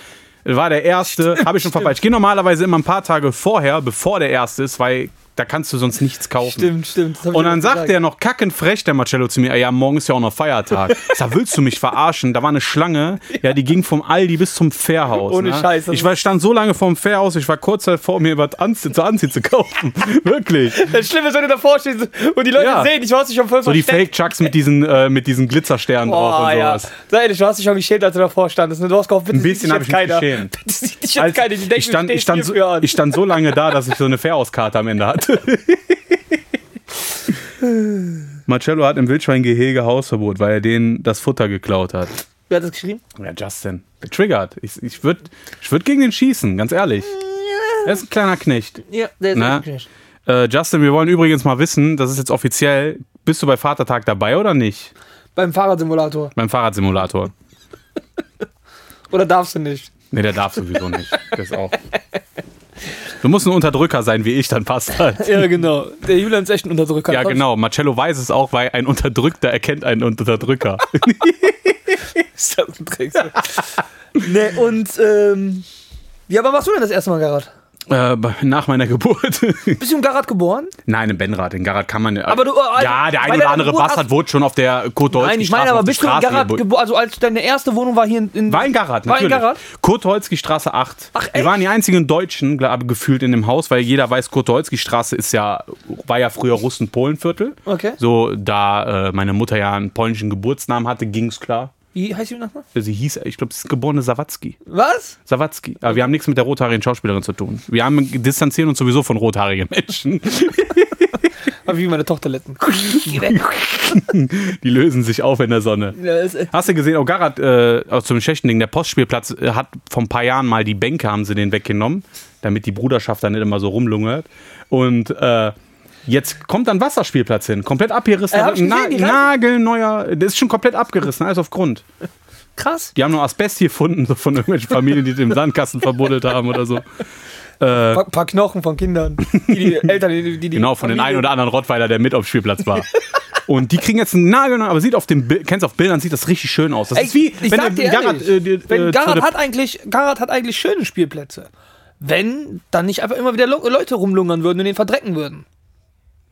Speaker 2: war der erste, habe ich schon verpasst. Ich gehe normalerweise immer ein paar Tage vorher, bevor der erste ist, weil da kannst du sonst nichts kaufen.
Speaker 1: Stimmt, stimmt. das hab ich
Speaker 2: Und
Speaker 1: dir
Speaker 2: dann
Speaker 1: gesagt.
Speaker 2: sagt er noch kackenfrech, der Marcello, zu mir, ja, morgen ist ja auch
Speaker 1: (laughs)
Speaker 2: noch Feiertag. Ich sag, willst du mich verarschen? Da war eine Schlange, ja, die ging vom Aldi bis zum Fährhaus.
Speaker 1: Ohne
Speaker 2: ne?
Speaker 1: Scheiß, das
Speaker 2: Ich war, stand so lange vorm Fährhaus, ich war kurz davor, mir was anziehen, zu anziehen zu kaufen. (laughs) Wirklich.
Speaker 1: Das Schlimme ist, wenn du davor stehst und die Leute
Speaker 2: Ja.
Speaker 1: sehen, ich war dich schon voll
Speaker 2: So die
Speaker 1: versteckt.
Speaker 2: Fake-Chucks mit diesen, äh, mit diesen Glitzersternen drauf
Speaker 1: Boah,
Speaker 2: und
Speaker 1: ja.
Speaker 2: sowas.
Speaker 1: Sei ehrlich, du hast dich schon geschämt, als du davor standest. ne? Du hast gehofft, bitte
Speaker 2: Ein bisschen
Speaker 1: sieht
Speaker 2: hab
Speaker 1: dich
Speaker 2: ich mich
Speaker 1: jetzt keiner.
Speaker 2: geschämt.
Speaker 1: (laughs) Bitte sieht dich jetzt
Speaker 2: Als-
Speaker 1: keiner. Die denken,
Speaker 2: ich, stand,
Speaker 1: du
Speaker 2: ich,
Speaker 1: stehst
Speaker 2: stand so,
Speaker 1: hierfür an.
Speaker 2: ich stand so lange da, dass ich so eine Fährhauskarte am Ende hatte.
Speaker 1: (laughs)
Speaker 2: Marcello hat im Wildschweingehege Hausverbot, weil er denen das Futter geklaut hat.
Speaker 1: Wer hat das geschrieben?
Speaker 2: Ja, Justin. Getriggert. Ich, ich würde ich würd gegen den schießen, ganz ehrlich. Er ist ein kleiner Knecht.
Speaker 1: Ja, der ist
Speaker 2: Na?
Speaker 1: echt geschrieben.
Speaker 2: Äh, Justin, wir wollen übrigens mal wissen, das ist jetzt offiziell, bist du bei Vatertag dabei oder nicht?
Speaker 1: Beim Fahrradsimulator.
Speaker 2: Beim Fahrradsimulator.
Speaker 1: Oder darfst du nicht?
Speaker 2: Nee, der darf sowieso nicht. Das auch. Du musst ein Unterdrücker sein, wie ich, dann passt halt.
Speaker 1: Ja, genau. Der Julian ist echt ein Unterdrücker.
Speaker 2: Ja, genau. Marcello weiß es auch, weil ein Unterdrückter erkennt
Speaker 1: (laughs)
Speaker 2: einen Unterdrücker.
Speaker 1: Ist (laughs) das ein Drecksack. nee, Ne, und, ähm. Ja, aber warst du denn das erste Mal in Garat?
Speaker 2: äh, nach meiner Geburt. (laughs)
Speaker 1: Bist du in Garat geboren?
Speaker 2: Nein, in Benrath, in Garat kann man.
Speaker 1: Aber du, äh,
Speaker 2: ja, der
Speaker 1: bei
Speaker 2: eine oder
Speaker 1: deiner
Speaker 2: andere
Speaker 1: Geburt
Speaker 2: Bastard
Speaker 1: hast-
Speaker 2: wurde schon auf der Kotolski
Speaker 1: Nein, ich meine, aber bist du in Garat geboren? Also, als deine erste Wohnung war hier in. in
Speaker 2: War in Garat,
Speaker 1: War in
Speaker 2: natürlich.
Speaker 1: Garat?
Speaker 2: Kotolski Straße 8.
Speaker 1: Ach, echt?
Speaker 2: Wir waren die einzigen Deutschen glaub, gefühlt in dem Haus, weil jeder weiß, Kotolski Straße ist ja, war ja früher Russen-Polenviertel.
Speaker 1: Okay.
Speaker 2: So, da äh, meine Mutter ja einen polnischen Geburtsnamen hatte, ging's klar.
Speaker 1: Wie heißt die nochmal?
Speaker 2: Sie hieß, ich glaube, sie ist geborene Sawatzki.
Speaker 1: Was?
Speaker 2: Sawatzki. Aber wir haben nichts mit der rothaarigen Schauspielerin zu tun. Wir haben, distanzieren uns sowieso von rothaarigen (laughs) Menschen.
Speaker 1: Aber wie meine Tochter letzten. (laughs) Geh weg.
Speaker 2: Die lösen sich auf in der Sonne.
Speaker 1: Ja, ist, äh,
Speaker 2: Hast du gesehen, auch Garat, äh, aus zum Schächtending, der Postspielplatz äh, hat vor ein paar Jahren mal die Bänke, haben sie den weggenommen, damit die Bruderschaft da nicht immer so rumlungert. Und äh, jetzt kommt dann Wasserspielplatz hin, komplett abgerissen.
Speaker 1: Äh, hab ich gesehen, die Reifen-
Speaker 2: nagelneuer, das ist schon komplett abgerissen, alles auf Grund.
Speaker 1: krass.
Speaker 2: Die haben nur Asbest gefunden so von irgendwelchen Familien, die den im Sandkasten verbuddelt haben oder so.
Speaker 1: Ein paar Knochen von
Speaker 2: (laughs)
Speaker 1: Kindern. Die, die Eltern, die, die
Speaker 2: Äh, Genau, von den einen oder anderen Rottweiler, der mit auf dem Spielplatz war. Und die kriegen jetzt einen Nagel, aber sieht auf dem Bild, kennst du auf Bildern, sieht das richtig schön aus. Das
Speaker 1: Ey,
Speaker 2: ist wie,
Speaker 1: ich sag dir
Speaker 2: Gerhard,
Speaker 1: ehrlich,
Speaker 2: äh, die-
Speaker 1: wenn
Speaker 2: äh, zu
Speaker 1: Garat
Speaker 2: der-
Speaker 1: hat eigentlich, Garat hat eigentlich schöne Spielplätze. Wenn dann nicht einfach immer wieder Lo- Leute rumlungern würden und den verdrecken würden.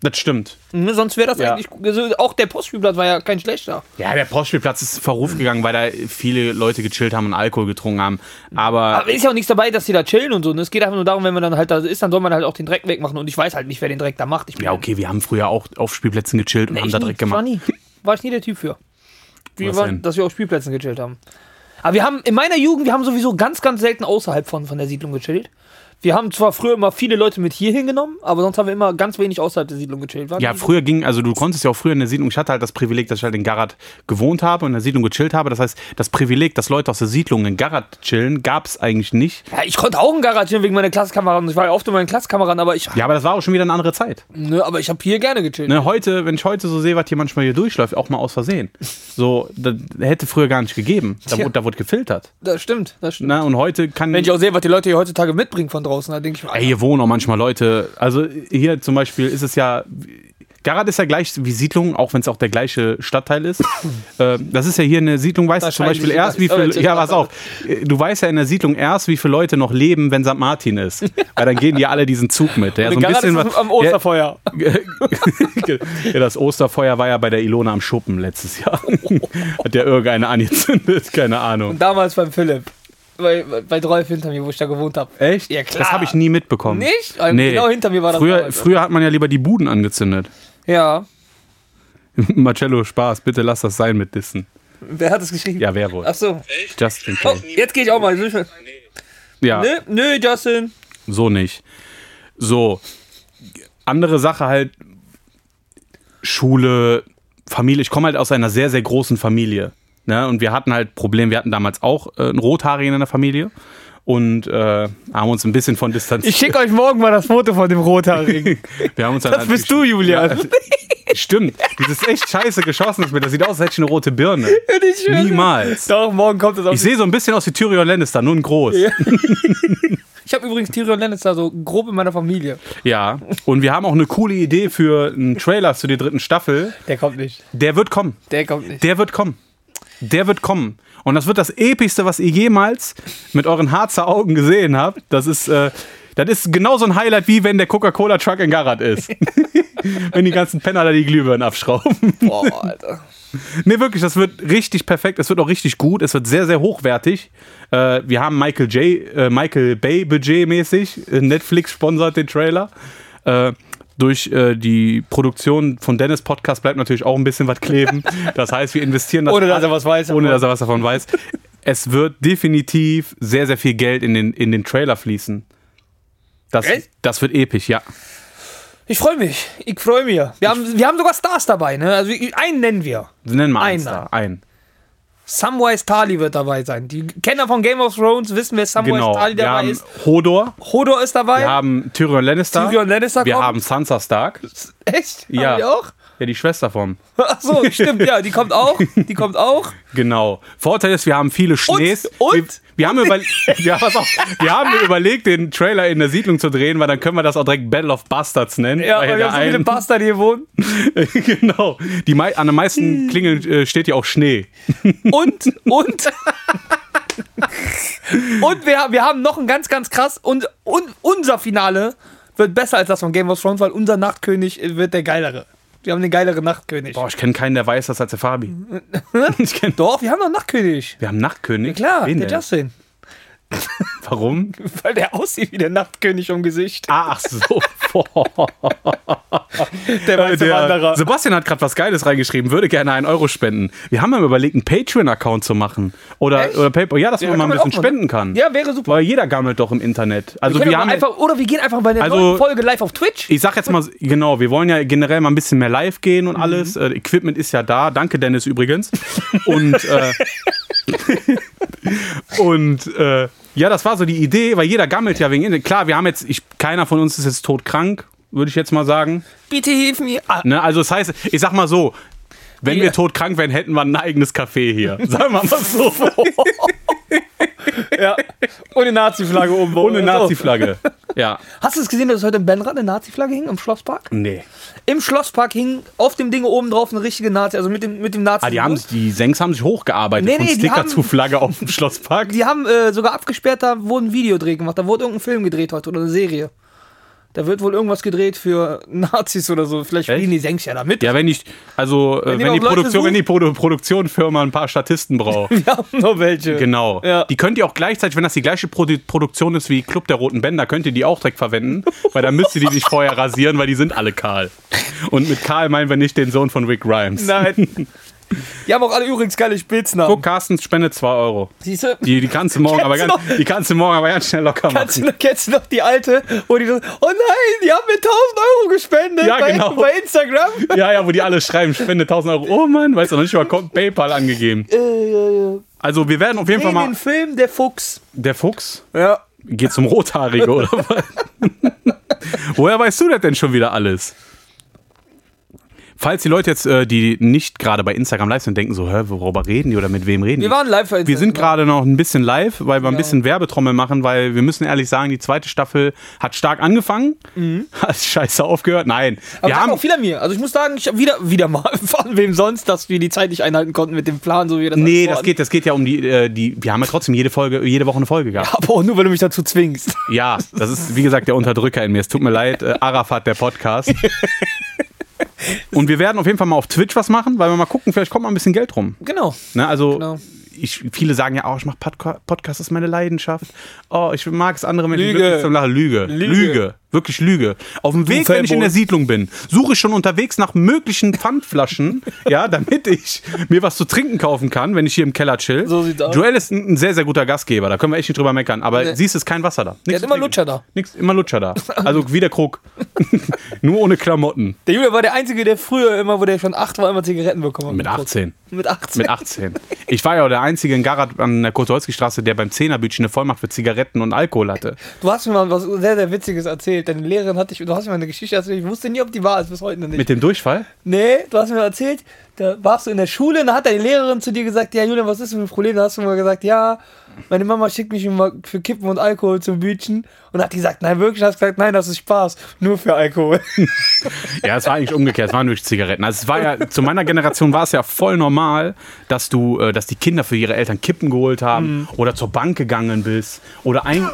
Speaker 2: Das stimmt.
Speaker 1: Ne, sonst wäre das
Speaker 2: Ja.
Speaker 1: eigentlich. Also auch der Postspielplatz war ja kein schlechter.
Speaker 2: Ja, der Postspielplatz ist in Verruf gegangen, weil da viele Leute gechillt haben und Alkohol getrunken haben. Aber,
Speaker 1: Aber ist ja auch nichts dabei, dass die da chillen und so. ne? Es geht einfach nur darum, wenn man dann halt da ist, dann soll man halt auch den Dreck wegmachen. Und ich weiß halt nicht, wer den Dreck da macht. Ich bin
Speaker 2: ja, okay, wir haben früher auch auf Spielplätzen gechillt und haben
Speaker 1: ich
Speaker 2: da
Speaker 1: nie,
Speaker 2: direkt
Speaker 1: ich War,
Speaker 2: gemacht.
Speaker 1: nie, war ich nie der Typ für. Wir
Speaker 2: Was
Speaker 1: waren,
Speaker 2: denn?
Speaker 1: dass wir auf Spielplätzen gechillt haben. Aber wir haben in meiner Jugend, wir haben sowieso ganz, ganz selten außerhalb von, von der Siedlung gechillt. Wir haben zwar früher immer viele Leute mit hier hingenommen, aber sonst haben wir immer ganz wenig außerhalb der Siedlung gechillt. Waren
Speaker 2: Ja,
Speaker 1: die-
Speaker 2: früher ging, also du konntest ja auch früher in der Siedlung, ich hatte halt das Privileg, dass ich halt in Garat gewohnt habe und in der Siedlung gechillt habe. Das heißt, das Privileg, dass Leute aus der Siedlung in Garat chillen, gab es eigentlich nicht.
Speaker 1: ja, ich konnte auch in Garage chillen wegen meiner Klassenkameraden. Ich war ja oft mit meinen Klassenkameraden, aber ich,
Speaker 2: Ja, aber das war auch schon wieder eine andere Zeit.
Speaker 1: ne, aber ich habe hier gerne gechillt.
Speaker 2: Ne, heute, wenn ich heute so sehe, was hier manchmal hier durchläuft, auch mal aus Versehen. So, das hätte früher gar nicht gegeben. Da,
Speaker 1: Tja.
Speaker 2: wurde, da wurde gefiltert.
Speaker 1: Das stimmt, das stimmt.
Speaker 2: Ne, und heute kann.
Speaker 1: Wenn ich auch sehe, was die Leute hier heutzutage mitbringen von draußen, dann denke ich mir,
Speaker 2: Ey, hier wohnen auch manchmal Leute. Also hier zum Beispiel ist es ja. Garat ist ja gleich wie Siedlung, auch wenn es auch der gleiche
Speaker 1: (laughs)
Speaker 2: Stadtteil ist. äh, das ist ja hier eine Siedlung, weißt du zum
Speaker 1: Wahrscheinlich
Speaker 2: Beispiel erst, wie
Speaker 1: ist- oh,
Speaker 2: viel.
Speaker 1: jetzt ist-
Speaker 2: Ja, pass auf. Äh, Du weißt ja in der Siedlung erst, wie viele Leute noch leben, wenn St. Martin ist. Weil dann gehen die alle diesen Zug mit. Ja, so ein
Speaker 1: Garage
Speaker 2: bisschen
Speaker 1: ist
Speaker 2: was.
Speaker 1: am Osterfeuer.
Speaker 2: (laughs) ja, das Osterfeuer war ja bei der Ilona am Schuppen
Speaker 1: (laughs)
Speaker 2: letztes Jahr. Hat ja irgendeine angezündet, keine Ahnung.
Speaker 1: Und damals beim Philipp. Bei, bei Drolf hinter mir, wo ich da gewohnt habe.
Speaker 2: Echt?
Speaker 1: Ja, klar.
Speaker 2: Das habe ich nie mitbekommen.
Speaker 1: Nicht? Genau hinter mir war das
Speaker 2: Früher,
Speaker 1: damals.
Speaker 2: früher hat man ja lieber die Buden angezündet. (laughs)
Speaker 1: Ja.
Speaker 2: Marcello, Spaß, bitte lass das sein mit Dissen.
Speaker 1: Wer hat es geschrieben?
Speaker 2: Ja, wer wohl?
Speaker 1: Ach so.
Speaker 2: Justin
Speaker 1: Oh, ne?
Speaker 2: Timberlake.
Speaker 1: jetzt gehe ich auch mal. Nö,
Speaker 2: Ja,
Speaker 1: nö, Justin.
Speaker 2: so nicht. So, andere Sache halt, Schule, Familie. Ich komme halt aus einer sehr, sehr großen Familie. Ne? Und wir hatten halt Probleme, wir hatten damals auch äh, einen Rothaarigen in der Familie und äh, haben uns ein bisschen von distanziert.
Speaker 1: Ich schicke euch morgen mal das Foto von dem Rothaarigen.
Speaker 2: wir haben uns dann
Speaker 1: Das
Speaker 2: halt
Speaker 1: bist du, Julian.
Speaker 2: Stimmt, dieses echt scheiße geschossenes Bild, das sieht aus, als hätte ich eine rote Birne.
Speaker 1: (laughs) Ich schwöre.
Speaker 2: Niemals.
Speaker 1: Doch, morgen kommt das auf.
Speaker 2: Ich sehe so ein bisschen aus wie Tyrion Lannister, nur in groß. Ja.
Speaker 1: Ich habe übrigens Tyrion Lannister so grob in meiner Familie.
Speaker 2: Und wir haben auch eine coole Idee für einen Trailer zu der dritten Staffel.
Speaker 1: Der kommt nicht.
Speaker 2: Der wird kommen.
Speaker 1: Der kommt nicht.
Speaker 2: Der wird kommen. Der wird kommen. Und das wird das epischste, was ihr jemals mit euren Harzer Augen gesehen habt. Das ist, äh, das ist genauso ein Highlight, wie wenn der Coca-Cola-Truck in Garat ist. (laughs) wenn die ganzen Penner da die Glühbirnen abschrauben.
Speaker 1: Boah, Alter.
Speaker 2: Nee, wirklich, das wird richtig perfekt. Es wird auch richtig gut. Es wird sehr, sehr hochwertig. Äh, wir haben Michael J., äh, Michael Bay Budget mäßig. Äh, Netflix sponsert den Trailer. Äh, durch äh, die Produktion von Dennis Podcast bleibt natürlich auch ein bisschen was kleben. Das heißt, wir investieren das
Speaker 1: Ohne dass er was weiß.
Speaker 2: ohne dass er was davon weiß. Es wird definitiv sehr, sehr viel Geld in den, in den Trailer fließen. Das,
Speaker 1: Echt?
Speaker 2: das wird episch, ja.
Speaker 1: Ich freue mich. Ich freue mich. Wir haben, wir haben sogar Stars dabei, ne? Also ich- einen nennen wir.
Speaker 2: Nennen wir eins
Speaker 1: Einer.
Speaker 2: da. Ein.
Speaker 1: Samwise Tali wird dabei sein. Die Kenner von Game of Thrones wissen, wer Samwise
Speaker 2: Genau.
Speaker 1: Tali
Speaker 2: Wir
Speaker 1: dabei
Speaker 2: haben
Speaker 1: ist.
Speaker 2: Hodor,
Speaker 1: Hodor ist dabei.
Speaker 2: wir haben Tyrion Lannister.
Speaker 1: Tyrion Lannister
Speaker 2: Wir
Speaker 1: kommt.
Speaker 2: haben Sansa Stark.
Speaker 1: Echt?
Speaker 2: Ja.
Speaker 1: Haben die auch?
Speaker 2: Ja, die Schwester vom.
Speaker 1: Ach so, stimmt, ja, die kommt auch. Die kommt auch.
Speaker 2: Genau. Vorteil ist, wir haben viele Schnees.
Speaker 1: und-
Speaker 2: Wir, wir, haben über,
Speaker 1: (laughs)
Speaker 2: ja, pass auf, wir haben überlegt, den Trailer in der Siedlung zu drehen, weil dann können wir das auch direkt Battle of Bastards nennen.
Speaker 1: Ja,
Speaker 2: weil
Speaker 1: weil wir
Speaker 2: der
Speaker 1: haben so viele
Speaker 2: einen-
Speaker 1: Bastarde hier wohnen.
Speaker 2: (laughs) genau. Die, mei- an den meisten
Speaker 1: Hm.
Speaker 2: Klingeln äh, steht ja auch Schnee.
Speaker 1: Und, und. und wir, wir haben noch ein ganz, ganz krass. Und, und unser Finale wird besser als das von Game of Thrones, weil unser Nachtkönig wird der geilere. Wir haben den geileren Nachtkönig.
Speaker 2: Boah, ich kenne keinen, der weiß das als der Fabi. ich kenn,
Speaker 1: Doch, wir haben noch einen Nachtkönig.
Speaker 2: wir haben Nachtkönig.
Speaker 1: Klar,
Speaker 2: Wen
Speaker 1: der
Speaker 2: denn?
Speaker 1: Justin.
Speaker 2: Warum?
Speaker 1: Weil der aussieht wie der Nachtkönig im Gesicht.
Speaker 2: Ah,
Speaker 1: (laughs)
Speaker 2: ach so. Boah,
Speaker 1: Der weiße
Speaker 2: der,
Speaker 1: Wanderer.
Speaker 2: Sebastian hat gerade was Geiles reingeschrieben, würde gerne einen Euro spenden. Wir haben mal überlegt, einen Patreon-Account zu machen. Oder,
Speaker 1: Echt?
Speaker 2: oder PayPal. Ja, dass
Speaker 1: da
Speaker 2: man mal
Speaker 1: kann man
Speaker 2: ein bisschen
Speaker 1: auch machen.
Speaker 2: spenden kann.
Speaker 1: Ja, wäre super.
Speaker 2: Weil jeder gammelt doch im Internet. Also wir,
Speaker 1: Können wir
Speaker 2: haben.
Speaker 1: einfach, oder wir gehen einfach bei der
Speaker 2: Also-
Speaker 1: neuen Folge live auf Twitch.
Speaker 2: ich sag jetzt mal, genau, wir wollen ja generell mal ein bisschen mehr live gehen
Speaker 1: Mhm.
Speaker 2: und alles. Äh, Equipment ist ja da. Danke, Dennis, übrigens. Und, äh, und äh, ja, das war so die Idee, weil jeder gammelt ja wegen Internet. Klar, wir haben jetzt, ich, keiner von uns ist jetzt todkrank, würde ich jetzt mal sagen.
Speaker 1: Bitte hilf mir. Ah,
Speaker 2: Ne? Also das heißt, ich sag mal so, wenn
Speaker 1: Ja.
Speaker 2: wir todkrank wären, hätten wir ein eigenes Café hier.
Speaker 1: (laughs)
Speaker 2: Sagen wir mal so.
Speaker 1: ja. Ohne Nazi-Flagge oben.
Speaker 2: Ohne
Speaker 1: Also.
Speaker 2: Nazi-Flagge.
Speaker 1: (laughs)
Speaker 2: Ja.
Speaker 1: Hast du es gesehen, dass heute im Benrad eine Nazi-Flagge hing, im Schlosspark?
Speaker 2: Nee.
Speaker 1: Im Schlosspark hing auf dem Ding oben drauf eine richtige Nazi, also mit dem, mit dem Nazi.
Speaker 2: Ah, die, haben, sich- die Sengs haben sich hochgearbeitet
Speaker 1: Nee,
Speaker 2: von
Speaker 1: nee, die
Speaker 2: Sticker
Speaker 1: haben-
Speaker 2: zu Flagge auf
Speaker 1: (laughs)
Speaker 2: dem Schlosspark.
Speaker 1: Die haben äh, sogar abgesperrt, da wurde ein Videodreh gemacht, da wurde irgendein Film gedreht heute oder eine Serie. Da wird wohl irgendwas gedreht für Nazis oder so. Vielleicht spielen die Senks ja damit.
Speaker 2: Ja, wenn ich, also wenn,
Speaker 1: die
Speaker 2: wenn, die,
Speaker 1: noch Leute
Speaker 2: Produktion, wenn
Speaker 1: suchen.
Speaker 2: die Produ Produktionfirma ein paar Statisten
Speaker 1: (laughs) (laughs)
Speaker 2: braucht.
Speaker 1: Wir haben noch welche.
Speaker 2: Genau.
Speaker 1: Ja.
Speaker 2: Die könnt ihr auch gleichzeitig, wenn das die gleiche Produ Produktion ist wie Club der Roten Bänder, könnt ihr die auch
Speaker 1: (laughs)
Speaker 2: direkt verwenden, weil dann müsst ihr die nicht vorher rasieren, weil die sind alle kahl. Und mit kahl meinen wir nicht den Sohn von Rick Grimes. (laughs)
Speaker 1: Nein. Die haben auch alle übrigens geile Spitznamen.
Speaker 2: Guck, Carsten spendet 2 Euro.
Speaker 1: Siehst du?
Speaker 2: Die, die kannst du morgen aber
Speaker 1: Kennst
Speaker 2: ganz,
Speaker 1: du
Speaker 2: die kannst du morgen aber ganz schnell locker
Speaker 1: Kannst du,
Speaker 2: machen.
Speaker 1: noch- kennst du noch die alte, wo die so, oh nein, die haben mir 1000 Euro gespendet
Speaker 2: Ja,
Speaker 1: bei,
Speaker 2: genau.
Speaker 1: bei Instagram.
Speaker 2: Ja, ja, wo die alle schreiben, spende 1000 Euro. Oh Mann, weißt du, noch nicht mal kommt PayPal angegeben. Also wir werden auf jeden Fall
Speaker 1: In
Speaker 2: mal.
Speaker 1: den Film Der Fuchs.
Speaker 2: Der Fuchs
Speaker 1: Ja.
Speaker 2: geht zum Rothaarige oder was? Woher weißt du das denn schon wieder alles? Falls die Leute jetzt, äh, die nicht gerade bei Instagram live sind, denken so, hä, worüber reden die oder mit wem reden die?
Speaker 1: Wir waren live bei
Speaker 2: Wir sind
Speaker 1: Instagram. Genau.
Speaker 2: gerade noch ein bisschen live, weil wir ein bisschen Werbetrommel machen, weil wir müssen ehrlich sagen, die zweite Staffel hat stark angefangen, (laughs) hat scheiße aufgehört. Nein,
Speaker 1: Mhm. Aber
Speaker 2: wir
Speaker 1: das
Speaker 2: haben,
Speaker 1: auch viel an mir. Also ich muss sagen, ich habe wieder, wieder mal (laughs) von wem sonst, dass wir die Zeit nicht einhalten konnten mit dem Plan, so wie wir das
Speaker 2: nee,
Speaker 1: alles
Speaker 2: das geht, das geht ja um die, äh, die, wir haben ja trotzdem jede Folge, jede Woche eine Folge gehabt.
Speaker 1: vorhatten. Aber auch nur, weil du mich dazu
Speaker 2: (laughs)
Speaker 1: zwingst.
Speaker 2: Ja, das ist wie gesagt der Unterdrücker in mir. Es tut mir leid, äh, Arafat, der Podcast. Und wir werden auf jeden Fall mal auf Twitch was machen, weil wir mal gucken, vielleicht kommt mal ein bisschen Geld rum.
Speaker 1: Genau.
Speaker 2: Ne, also
Speaker 1: Genau.
Speaker 2: ich, viele sagen ja auch, ich mache Podca Podcast, das ist meine Leidenschaft. Oh, ich mag es andere Menschen
Speaker 1: Lüge.
Speaker 2: glücklich zum Lachen. Lüge.
Speaker 1: Lüge.
Speaker 2: Lüge. Wirklich Lüge. Auf dem Weg, wenn ich in
Speaker 1: Fanboy.
Speaker 2: der Siedlung bin, suche ich schon unterwegs nach
Speaker 1: (laughs)
Speaker 2: möglichen Pfandflaschen, ja, damit ich mir was zu trinken kaufen kann, wenn ich hier im Keller chill.
Speaker 1: So sieht's aus.
Speaker 2: Joel ist ein ein sehr, sehr guter Gastgeber, da können wir echt nicht drüber meckern. Aber siehst, ist kein Wasser da. Nix
Speaker 1: hat immer
Speaker 2: zu trinken.
Speaker 1: Lutscher da.
Speaker 2: Nix, immer Lutscher da. Also wie
Speaker 1: (laughs)
Speaker 2: der Krug. (laughs) Nur ohne Klamotten.
Speaker 1: Der Julia war der Einzige, der früher immer, wo der schon acht war, immer Zigaretten bekommen hat.
Speaker 2: Mit 18.
Speaker 1: Mit 18.
Speaker 2: Mit 18. Ich war ja auch der Einzige in Garat an der Kotolski-Straße, der beim Zehnerbütchen eine Vollmacht für Zigaretten und Alkohol hatte.
Speaker 1: Du hast mir mal was sehr, sehr Witziges erzählt. Deine Lehrerin hat dich, du hast mir mal eine Geschichte erzählt. Ich wusste nie, ob die wahr ist, bis heute noch nicht.
Speaker 2: Mit dem Durchfall?
Speaker 1: Nee, du hast mir erzählt, da warst du in der Schule und da hat deine Lehrerin zu dir gesagt, ja Julian, was ist denn für ein Problem? Da hast du mal gesagt, ja, meine Mama schickt mich immer für Kippen und Alkohol zum Bütchen. Und hat die gesagt, nein, wirklich, hast gesagt, nein, das ist Spaß, nur für
Speaker 2: (laughs)
Speaker 1: Alkohol.
Speaker 2: Ja, es war eigentlich umgekehrt, es waren durch Zigaretten. Also es war ja, zu meiner Generation war es ja voll normal, dass du, äh, dass die Kinder für ihre Eltern Kippen geholt haben
Speaker 1: Mhm.
Speaker 2: oder zur Bank gegangen bist oder ein,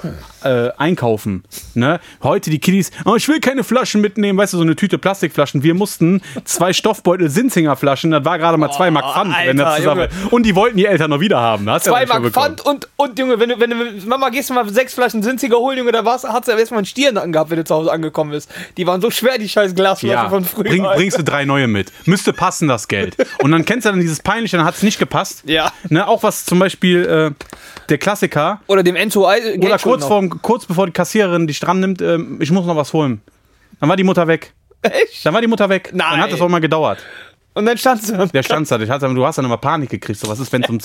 Speaker 2: äh, einkaufen. Ne? Heute die Kiddies, oh, ich will keine Flaschen mitnehmen, weißt du, so eine Tüte Plastikflaschen. Wir mussten zwei Stoffbeutel Sinzingerflaschen, das war gerade mal zwei Mark Pfand, wenn das
Speaker 1: Oh, Alter,
Speaker 2: zusammen. Und die wollten die Eltern noch wieder haben. Das hast du ja
Speaker 1: Zwei
Speaker 2: nicht mehr
Speaker 1: Mark
Speaker 2: bekommen.
Speaker 1: Pfand und, und Junge, wenn du, wenn du, Mama, gehst du mal sechs Flaschen Sinziger holen, Junge, da warst, hast du ja erstmal einen Stirnacken gehabt, wenn du zu Hause angekommen bist. Die waren so schwer, die scheiß Glasflaschen
Speaker 2: Ja,
Speaker 1: von früher.
Speaker 2: bring, bringst du drei neue mit. Müsste passen, das Geld. Und dann kennst du dann dieses Peinliche, dann hat es nicht gepasst.
Speaker 1: Ja.
Speaker 2: Ne, auch was zum Beispiel äh, der Klassiker.
Speaker 1: Oder dem Enzo Ei- äh,
Speaker 2: Oder
Speaker 1: Geld schulden
Speaker 2: kurz, vorm, kurz bevor die Kassiererin dich dran nimmt, ähm, ich muss noch was holen. Dann war die Mutter weg.
Speaker 1: noch. Echt?
Speaker 2: Dann war die Mutter weg. Dann
Speaker 1: Nein.
Speaker 2: hat das auch mal gedauert.
Speaker 1: Und dann standst du.
Speaker 2: Der stand da. Ich hatte, du hast dann immer Panik gekriegt. So, was ist, wenn es ums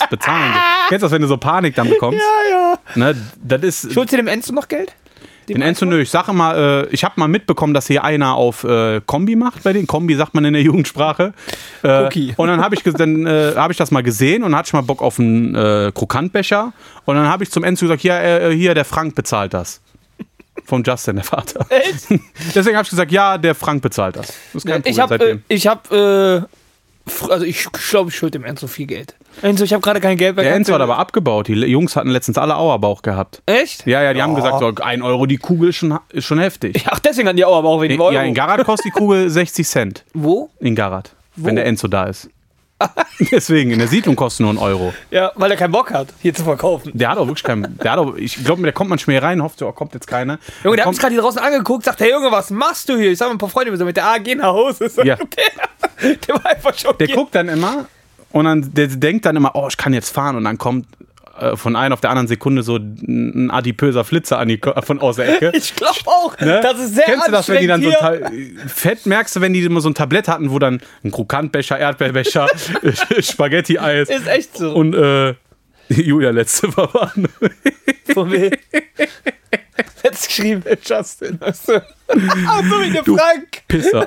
Speaker 1: (laughs)
Speaker 2: Bezahlen geht? Kennst du das, wenn du so Panik dann bekommst?
Speaker 1: Ja, ja.
Speaker 2: Ne, das ist.
Speaker 1: Schulst du dem Enzo noch Geld?
Speaker 2: Den Enzo nö, ich sage mal, äh, ich habe mal mitbekommen, dass hier einer auf äh, Kombi macht bei den Kombi sagt man in der (laughs) Jugendsprache. Äh,
Speaker 1: Cookie. (laughs)
Speaker 2: Und dann habe ich ges- dann äh, habe ich das mal gesehen und hatte ich mal Bock auf einen äh, Krokantbecher und dann habe ich zum Enzo gesagt, ja äh, hier der Frank bezahlt das. Vom Justin, der Vater.
Speaker 1: Echt?
Speaker 2: (laughs) Deswegen habe ich gesagt, ja, der Frank bezahlt das. Das ist kein Problem
Speaker 1: ich habe, äh,
Speaker 2: seitdem.
Speaker 1: ich habe, äh, fr- also ich glaube, ich schuld dem Enzo viel Geld. Enzo, ich habe gerade kein Geld mehr.
Speaker 2: der
Speaker 1: kannst
Speaker 2: Enzo
Speaker 1: du-
Speaker 2: hat aber abgebaut. Die Jungs hatten letztens alle Auerbauch gehabt.
Speaker 1: Echt?
Speaker 2: Ja, ja, die haben gesagt, so, ein Euro die Kugel ist schon, ist schon heftig.
Speaker 1: Ach, deswegen hatten die auch aber auch wegen dem Euro.
Speaker 2: Ja, in Garat kostet die Kugel 60 Cent.
Speaker 1: Wo?
Speaker 2: In Garat, wenn der Enzo da
Speaker 1: (laughs)
Speaker 2: ist. Deswegen, in der Siedlung kostet nur ein Euro.
Speaker 1: Ja, weil er keinen Bock hat, hier zu verkaufen.
Speaker 2: Der hat auch wirklich keinen. Der hat auch, ich glaube, der kommt manchmal hier rein, hofft so, oh, kommt jetzt keiner.
Speaker 1: Junge, der hat
Speaker 2: kommt,
Speaker 1: mich gerade hier draußen angeguckt, sagt, hey Junge, was machst du hier? Ich sag mal ein paar Freunde, wir sind mit der A, geh nach Hause. (laughs) Sagt
Speaker 2: Ja.
Speaker 1: Der, der war einfach schockiert.
Speaker 2: der guckt dann immer und dann der denkt dann immer, oh, ich kann jetzt fahren. Und dann kommt äh, von einer auf der anderen Sekunde so ein adipöser Flitzer an die, Ko- von aus der Ecke.
Speaker 1: (laughs) ich glaube auch,
Speaker 2: Ne?
Speaker 1: das ist sehr
Speaker 2: Kennst du das, wenn die dann
Speaker 1: anstrengend
Speaker 2: so ein
Speaker 1: hier.
Speaker 2: Ta- fett merkst du, wenn die immer so ein Tablett hatten, wo dann ein Krokantbecher,
Speaker 1: (laughs)
Speaker 2: Erdbeerbecher, Spaghetti-Eis
Speaker 1: Ist echt so.
Speaker 2: und äh, Julia letzte Woche waren.
Speaker 1: Von wem? (laughs) Jetzt geschrieben.
Speaker 2: Justin.
Speaker 1: Achso,
Speaker 2: (laughs)
Speaker 1: wie der Frank. (laughs)
Speaker 2: Pisser.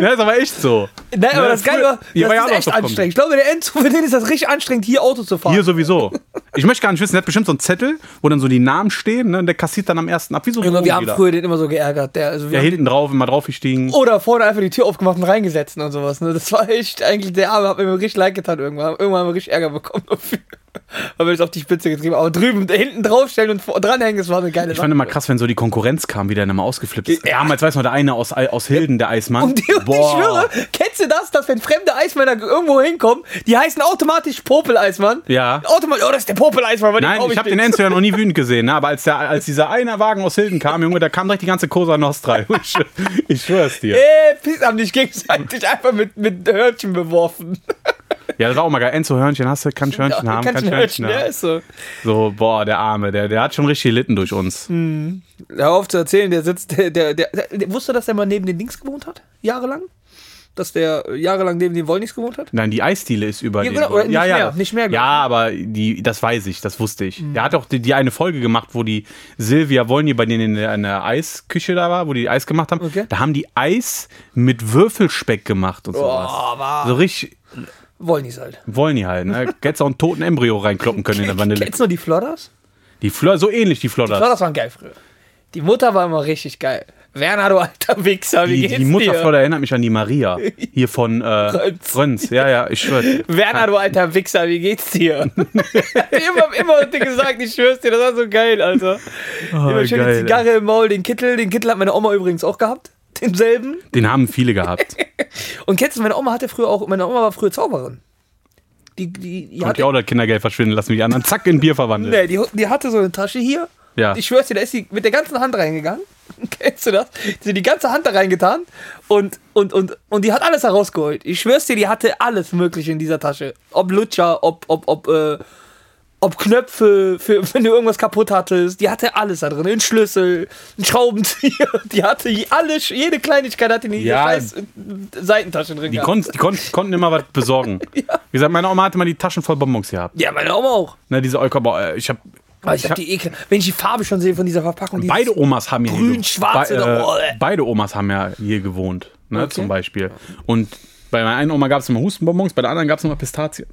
Speaker 2: Ja, ist aber echt so.
Speaker 1: Nein, Ne, aber
Speaker 2: Ja,
Speaker 1: das Geile
Speaker 2: Ne, früher-
Speaker 1: war, das
Speaker 2: Ja, war ja auch
Speaker 1: ist
Speaker 2: noch
Speaker 1: echt
Speaker 2: so kommen.
Speaker 1: anstrengend. Ich glaube, der Enzo, für den ist das richtig anstrengend, hier Auto zu fahren.
Speaker 2: Hier sowieso. Ich möchte gar nicht wissen, der hat bestimmt so einen Zettel, wo dann so die Namen stehen, ne? Und der kassiert dann am ersten ab. Wie so ein
Speaker 1: Junge, wir haben
Speaker 2: Drogendealer.
Speaker 1: früher Oh, den immer so geärgert. Der, also wir
Speaker 2: Ja,
Speaker 1: haben
Speaker 2: hinten drauf, immer draufgestiegen.
Speaker 1: oder vorne einfach die Tür aufgemacht und reingesetzt und sowas. Ne? Das war echt, eigentlich der Arme hat mir richtig leid getan irgendwann. Irgendwann haben wir richtig Ärger bekommen dafür. (laughs) Weil wir das auf die Spitze getrieben haben. Aber drüben, da hinten draufstellen und vor- dranhängen, das war eine geile
Speaker 2: Ich fand immer krass, wenn so die Konkurrenz kam, wie der dann immer ausgeflippt ist. Damals, weiß man, der eine aus, aus Hilden, der Eismann.
Speaker 1: Und, Um die, und ich
Speaker 2: Boah.
Speaker 1: schwöre, kennst du das, dass wenn fremde Eismänner irgendwo hinkommen, die heißen automatisch Popel-Eismann?
Speaker 2: Ja.
Speaker 1: Automatisch, oh, das ist der Popel-Eismann, weil den
Speaker 2: Nein,
Speaker 1: glaub
Speaker 2: ich habe den
Speaker 1: nicht.
Speaker 2: Enzo
Speaker 1: (laughs)
Speaker 2: ja noch nie wütend gesehen, ne? aber als, der, als dieser eine Wagen aus Hilden kam, Junge, da kam direkt die ganze Cosa Nostra. (laughs) Ich, ich schwör's dir.
Speaker 1: Äh, Piss, haben dich
Speaker 2: (laughs)
Speaker 1: gegenseitig einfach mit, mit Hörnchen beworfen.
Speaker 2: Ja, das war auch mal geil. Enzo Hörnchen, hast du, kannst Hörnchen haben,
Speaker 1: Kannst
Speaker 2: kannst
Speaker 1: du Hörnchen,
Speaker 2: Hörnchen
Speaker 1: ja,
Speaker 2: haben.
Speaker 1: ist so.
Speaker 2: So, boah, der Arme, der, der hat schon richtig gelitten durch uns.
Speaker 1: Mhm. Hör auf zu erzählen, der sitzt, der, der, der, der wusste, dass der mal neben den Dings gewohnt hat? Jahrelang? Dass der äh, jahrelang neben den Wollnix gewohnt hat?
Speaker 2: Nein, die Eisdiele ist über
Speaker 1: Ja,
Speaker 2: den-
Speaker 1: genau, oder nicht
Speaker 2: ja, ja,
Speaker 1: mehr,
Speaker 2: das-
Speaker 1: nicht mehr, glaub ne? Mhm.
Speaker 2: Ja, aber die, das weiß ich, das wusste ich. Der hat auch die, die eine Folge gemacht, wo die Silvia Wollny bei denen in der, in der Eisküche da war, wo die Eis gemacht haben.
Speaker 1: Okay.
Speaker 2: Da haben die Eis mit Würfelspeck gemacht und sowas.
Speaker 1: war-
Speaker 2: So richtig
Speaker 1: Wollnix halt.
Speaker 2: Wollny
Speaker 1: (laughs)
Speaker 2: halt. Ne? Hättest auch einen toten Embryo reinkloppen können in der Vanille.
Speaker 1: Kennst du noch die Flodders?
Speaker 2: Die Flor, so ähnlich die Flodders.
Speaker 1: Flodders waren geil früher. Die Mutter war immer richtig geil. Werner, du alter Wichser, wie
Speaker 2: Die,
Speaker 1: geht's
Speaker 2: die
Speaker 1: dir?
Speaker 2: Mutter Flodder erinnert mich an die
Speaker 1: (laughs)
Speaker 2: Maria. Hier von äh,
Speaker 1: Rönz.
Speaker 2: Rönz. Ja, ja, ich
Speaker 1: (laughs)
Speaker 2: schwöre.
Speaker 1: Werner, du alter Wichser, wie geht's
Speaker 2: (laughs)
Speaker 1: dir? Hat die immer, immer gesagt, ich schwör's dir, das war so geil, Alter. immer schön
Speaker 2: Oh, Ah, geil,
Speaker 1: die Zigarre im Maul, den Kittel. Den Kittel hat meine Oma übrigens auch gehabt. (laughs) Denselben.
Speaker 2: Den haben viele gehabt.
Speaker 1: Und kennst du, meine Oma hatte früher auch, meine Oma war früher Zauberin. Die, die, die
Speaker 2: Und
Speaker 1: hatte
Speaker 2: die auch das Kindergeld verschwinden lassen, wie die anderen zack in Bier verwandelt.
Speaker 1: Nee, die, die hatte so eine Tasche hier
Speaker 2: Ja.
Speaker 1: Ich schwör's dir, der ist die, mit der ganzen Hand reingegangen. (laughs) Kennst du das? Die, hat die ganze Hand da reingetan und, und, und, und die hat alles herausgeholt. Ich schwör's dir, die hatte alles Mögliche in dieser Tasche. Ob Lutscher, ob, ob, ob, äh, ob Knöpfe, für, (laughs) wenn du irgendwas kaputt hattest. Die hatte alles da drin. Einen Schlüssel, einen Schraubenzieher. (laughs) Die hatte je- alles, jede Kleinigkeit hatte die in
Speaker 2: Ja.
Speaker 1: ihrer scheiß äh, Seitentasche drin.
Speaker 2: Die,
Speaker 1: gehabt.
Speaker 2: konnt, die konnt, konnten immer was
Speaker 1: (laughs)
Speaker 2: besorgen. Wie gesagt, meine Oma hatte mal die Taschen voll Bonbons gehabt.
Speaker 1: ja, meine Oma auch.
Speaker 2: Ne, diese Euka, boah, ich habe
Speaker 1: Aber ich hab die Ekel. Wenn ich die Farbe schon sehe von dieser Verpackung, dieses-
Speaker 2: Beide Omas haben hier
Speaker 1: grün,
Speaker 2: gew-
Speaker 1: schwarz
Speaker 2: bei- äh,
Speaker 1: oder- oh, ey.
Speaker 2: Beide Omas haben ja hier gewohnt, ne,
Speaker 1: Okay.
Speaker 2: zum Beispiel. Und bei meiner einen Oma gab es immer Hustenbonbons, bei der anderen gab es immer Pistazien.